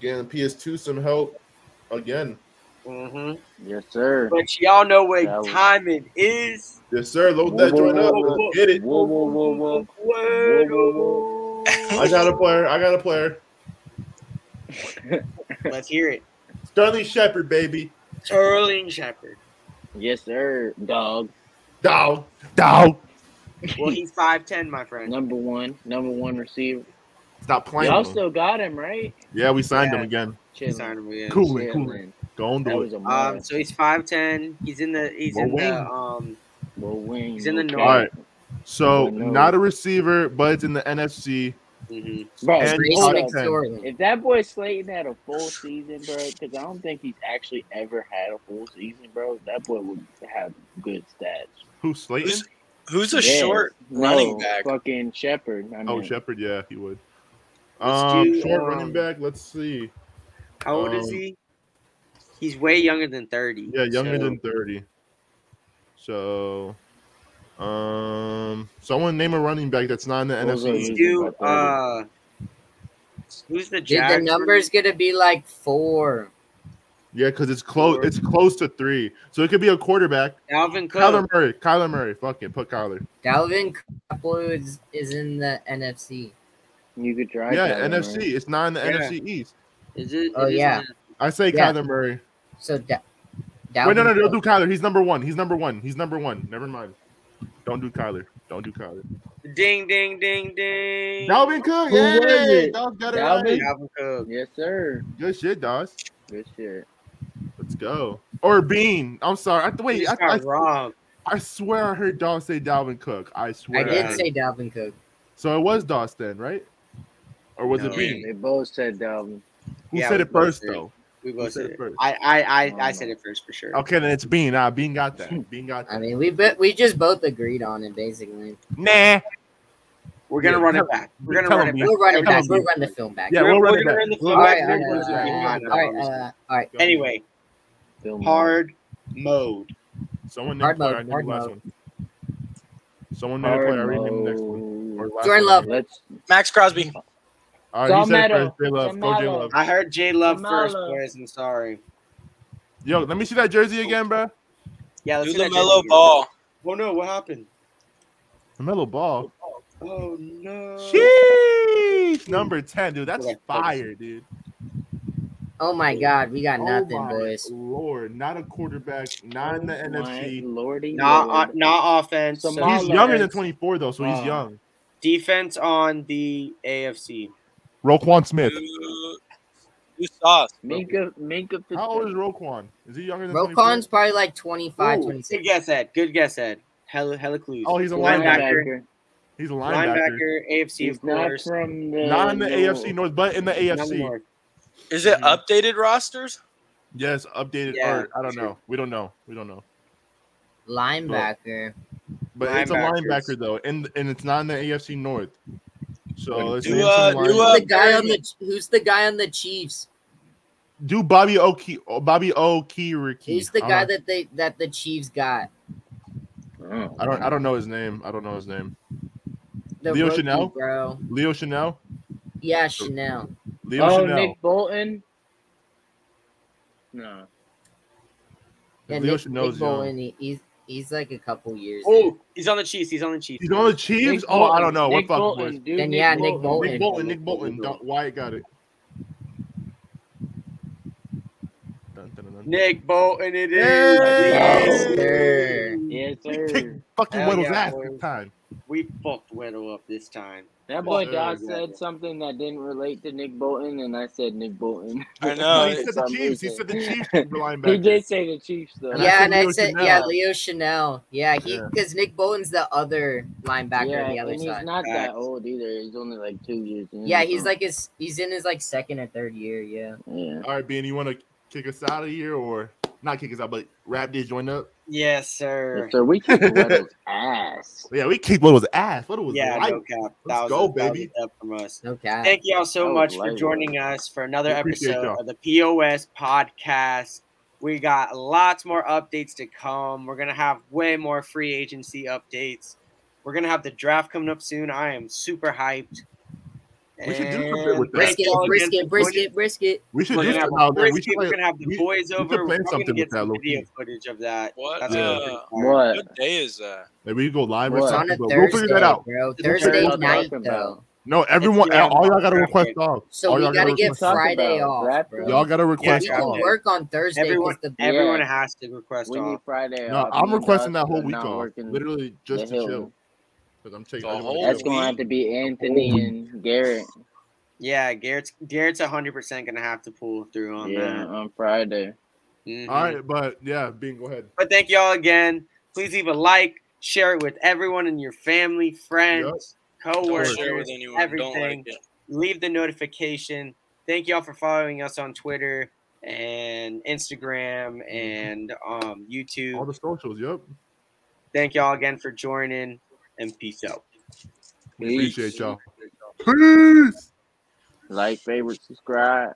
Getting the PS2 some help again. hmm Yes, sir. But y'all know what That was- time it is. Yes, sir. Load that joint up. Let's get it. Whoa, whoa, whoa, whoa. I got a player. I got a player. Let's hear it. Sterling Shepard, baby. Sterling Shepard. Yes, sir. Dog. Dow. Dow. Well, he's 5'10, my friend. Number one. Number one receiver. Stop playing. Y'all with him. still got him, right? yeah, we signed Yeah. him again. He Chilling. signed him again. Cool. Cooling, Chilling. cooling. Go and That do it. was a Um, must. so he's 5'10. He's in the he's in Well, the um We'll win. he's in the okay. north. All right. So Oh, no. not a receiver, but it's in the NFC. mhm. Bro, And Trace Hold hold on. up. McSorley. if that boy Slayton had a full season, bro, because I don't think he's actually ever had a full season, bro, that boy would have good stats. Who Slayton? Who's, who's a Yeah. short No, running back? Fucking Shepard. I mean, Oh, Shepard. Yeah, he would. Let's Um, do, short um, running back. Let's see. How old is Um, he? He's way younger than 30. Yeah, younger so- than thirty. So, um, someone name a running back that's not in the Those NFC. are- Let's do, About 30. uh, who's the Dude, Jags? the number's gonna be like four. Yeah, because it's close. Four. It's close to three. So it could be a quarterback. Dalvin Kyler Cook. Murray. Kyler Murray. Fuck it. Put Kyler. Dalvin Cook is, is in the NFC. you could try. Yeah, Kyler NFC. Murray. It's not in the Yeah. NFC East. Is it? Oh, it is yeah. a- I say Yeah. Kyler Murray. So da- Wait, no, Dalvin no, don't Cook. do Kyler. He's number one. He's number one. He's number one. Never mind. Don't do Kyler. Don't do Kyler. Ding, ding, ding, ding. Dalvin Cook. Who Yeah, was it? Dawes got it Dalvin? right. Dalvin Cook. Yes, sir. Good shit, Dawes. Good shit. Let's go. Or Bean. I'm sorry. I, wait, He's I, I, not wrong. I swear I heard Dawes say Dalvin Cook. I swear. I did heard- say Dalvin Cook. So it was Dawes then, right? Or was it No. Bean? They both said um, Dalvin. Who Yeah, said we it first both did. though? We Who said both said it it. first? I, I, I, I Um, said it first for sure. Okay, then it's Bean. Ah, Bean got Hmm. that. Bean got I that. mean, we but we just both agreed on it basically. Nah. We're gonna Yeah, run tell- it back. We're gonna tell run him, it yeah. back. We'll run it Come on, back. We'll dude. run the film back. Yeah, We're- we'll run we're it gonna back. run the We'll All run right, it all back. right, We'll all run it right, back. all right, uh, all right. Anyway, Film hard mode. Someone Hard named player. mode, I named the hard last mode. one. Someone named Hard player. I already named the next one. Or mode. last Jordan one. Love. Let's Max Crosby. All right, he said it Tomato. first. J Love. Go J Tomato. Love. I heard J Love first, Kamala. boys. I'm sorry. Yo, let me see that jersey again, bro. Yeah, let's Do do that the J mellow Love. ball. Oh no, what happened? Mellow Ball. Oh no. Sheesh. Number 10, dude. That's Okay, fire, dude. Oh my God, we got oh nothing, my boys. Lord. Not a quarterback. Not in the My NFC. Lordy. Not, Lord. uh, not offense. He's so He's Kamala younger than is- 24, though, so uh, he's young. Defense on the AFC. Roquan Smith. Who who sauce? Minka, Minka How old is Fitzpatrick. Roquan? Is he younger than Roquan's 24? probably like 25, Ooh, good 26. guess, Ed. Good guess, Ed. Hella, hella clues. Oh, he's a linebacker. linebacker. linebacker. He's a linebacker. Linebacker, AFC, He's of not course. from the. Not in the no. AFC North, but in the None AFC. more. Is it Mm-hmm. Mhm. updated rosters? Yes, updated. Yeah, or, I don't sure. know. We don't know. We don't know. Linebacker. But it's a Linebackers. linebacker though, and and it's not in the AFC North. So Like, let's do, name some uh, line- do, uh, Who's the guy on the Who's the guy on the Chiefs? do Bobby O'Ke oh, Bobby O'Keefe. Who's the I guy don't- that they that the Chiefs got? Oh. I don't I don't know his name. I don't know his name. The Leo rookie, Chanel? bro. Leo Chanel. Yeah, Chanel. Leo Oh, Chanel. Nick Bolton. No. Yeah, Leo Nick, Chanel's Nick young. Bolin, he- he's he's like a couple years. Oh, he's on the Chiefs. He's on the Chiefs. He's on the Chiefs. Nick oh, I don't Bolton. know. Nick what fucking Bolton, boys? dude. Then, yeah, Nick Bolton. Nick Bolton. Nick Bolton. Don't, Wyatt got it. Dun, dun, dun, Nick Bolton, it is. Yes, Yes, sir. Yes, We sir. Fucking Hell Weddle's yeah, ass boy. this time. We fucked Weddle up this time. That boy Yes, Dodge sir. said something that didn't relate to Nick Bolton, and I said Nick Bolton. I No, know. he it's- said the I'm Chiefs. He losing. said the Chiefs were linebacker. he did say the Chiefs though. And I yeah, said and I Leo said, Chanel. yeah, Leo Chanel. Yeah, he Yeah. because Nick Bolton's the other linebacker yeah, on the other and he's side. not that Facts. old either. He's only like two years. In yeah, he's like his he's in his like second or third year. Yeah, yeah. All right, Ben, you want to kick us out of here or not kick us out, but wrap this joint up? Yes, sir. So we kicked Weddle's ass. Yeah, we kicked Weddle's ass. Weddle was Yeah, light. no cap. Let's That was go, a- that was baby. a dub from us. okay. Thank y'all so That was much for lightweight. joining us for another We appreciate episode y'all. of the POS podcast. We got lots more updates to come. We're going to have way more free agency updates. We're going to have the draft coming up soon. I am super hyped. We should do And something with that. thank Brisket, y'all again brisket, for joining- brisket, brisket. we should We're do gonna, something have out there. We brisket, should we're play, gonna have the we- boys should over. plan We're probably something gonna with get some that, low-key. video footage of that. What, That's Yeah. gonna be uh, pretty fire. What? what day is that? maybe we go live or What? on something, a but Thursday, we'll figure that out. bro. We'll figure Thursday it out. night Talking though. about. No, everyone, yeah, all y'all got to request right. off. So all we y'all gotta gotta get request off. Friday about off, draft bro. day. Y'all got to request we Yeah, off. can work on Thursday Everyone- because the Yeah. Everyone has to request We need off. Friday No, off. I'm Me and requesting Dodge that whole are week not off, working literally just the to hill. chill. Because I'm taking The I just wanna whole Oh, chill. That's gonna have to be Anthony and Garrett. Yeah, Garrett's Garrett's hundred percent gonna have to pull through Oh, on Yeah, that. on Friday. Mhm. All right, but yeah, Ben, go ahead. But thank y'all again. Please leave a like, share it with everyone in your family, friends, Don't coworkers. share with anyone. Don't like Oh, everything. it. Leave the notification. Thank y'all for following us on Twitter and Instagram and um, YouTube. Mm-hmm. All the socials, yep. Thank y'all again for joining and peace out. Appreciate y'all. Like, favorite, subscribe.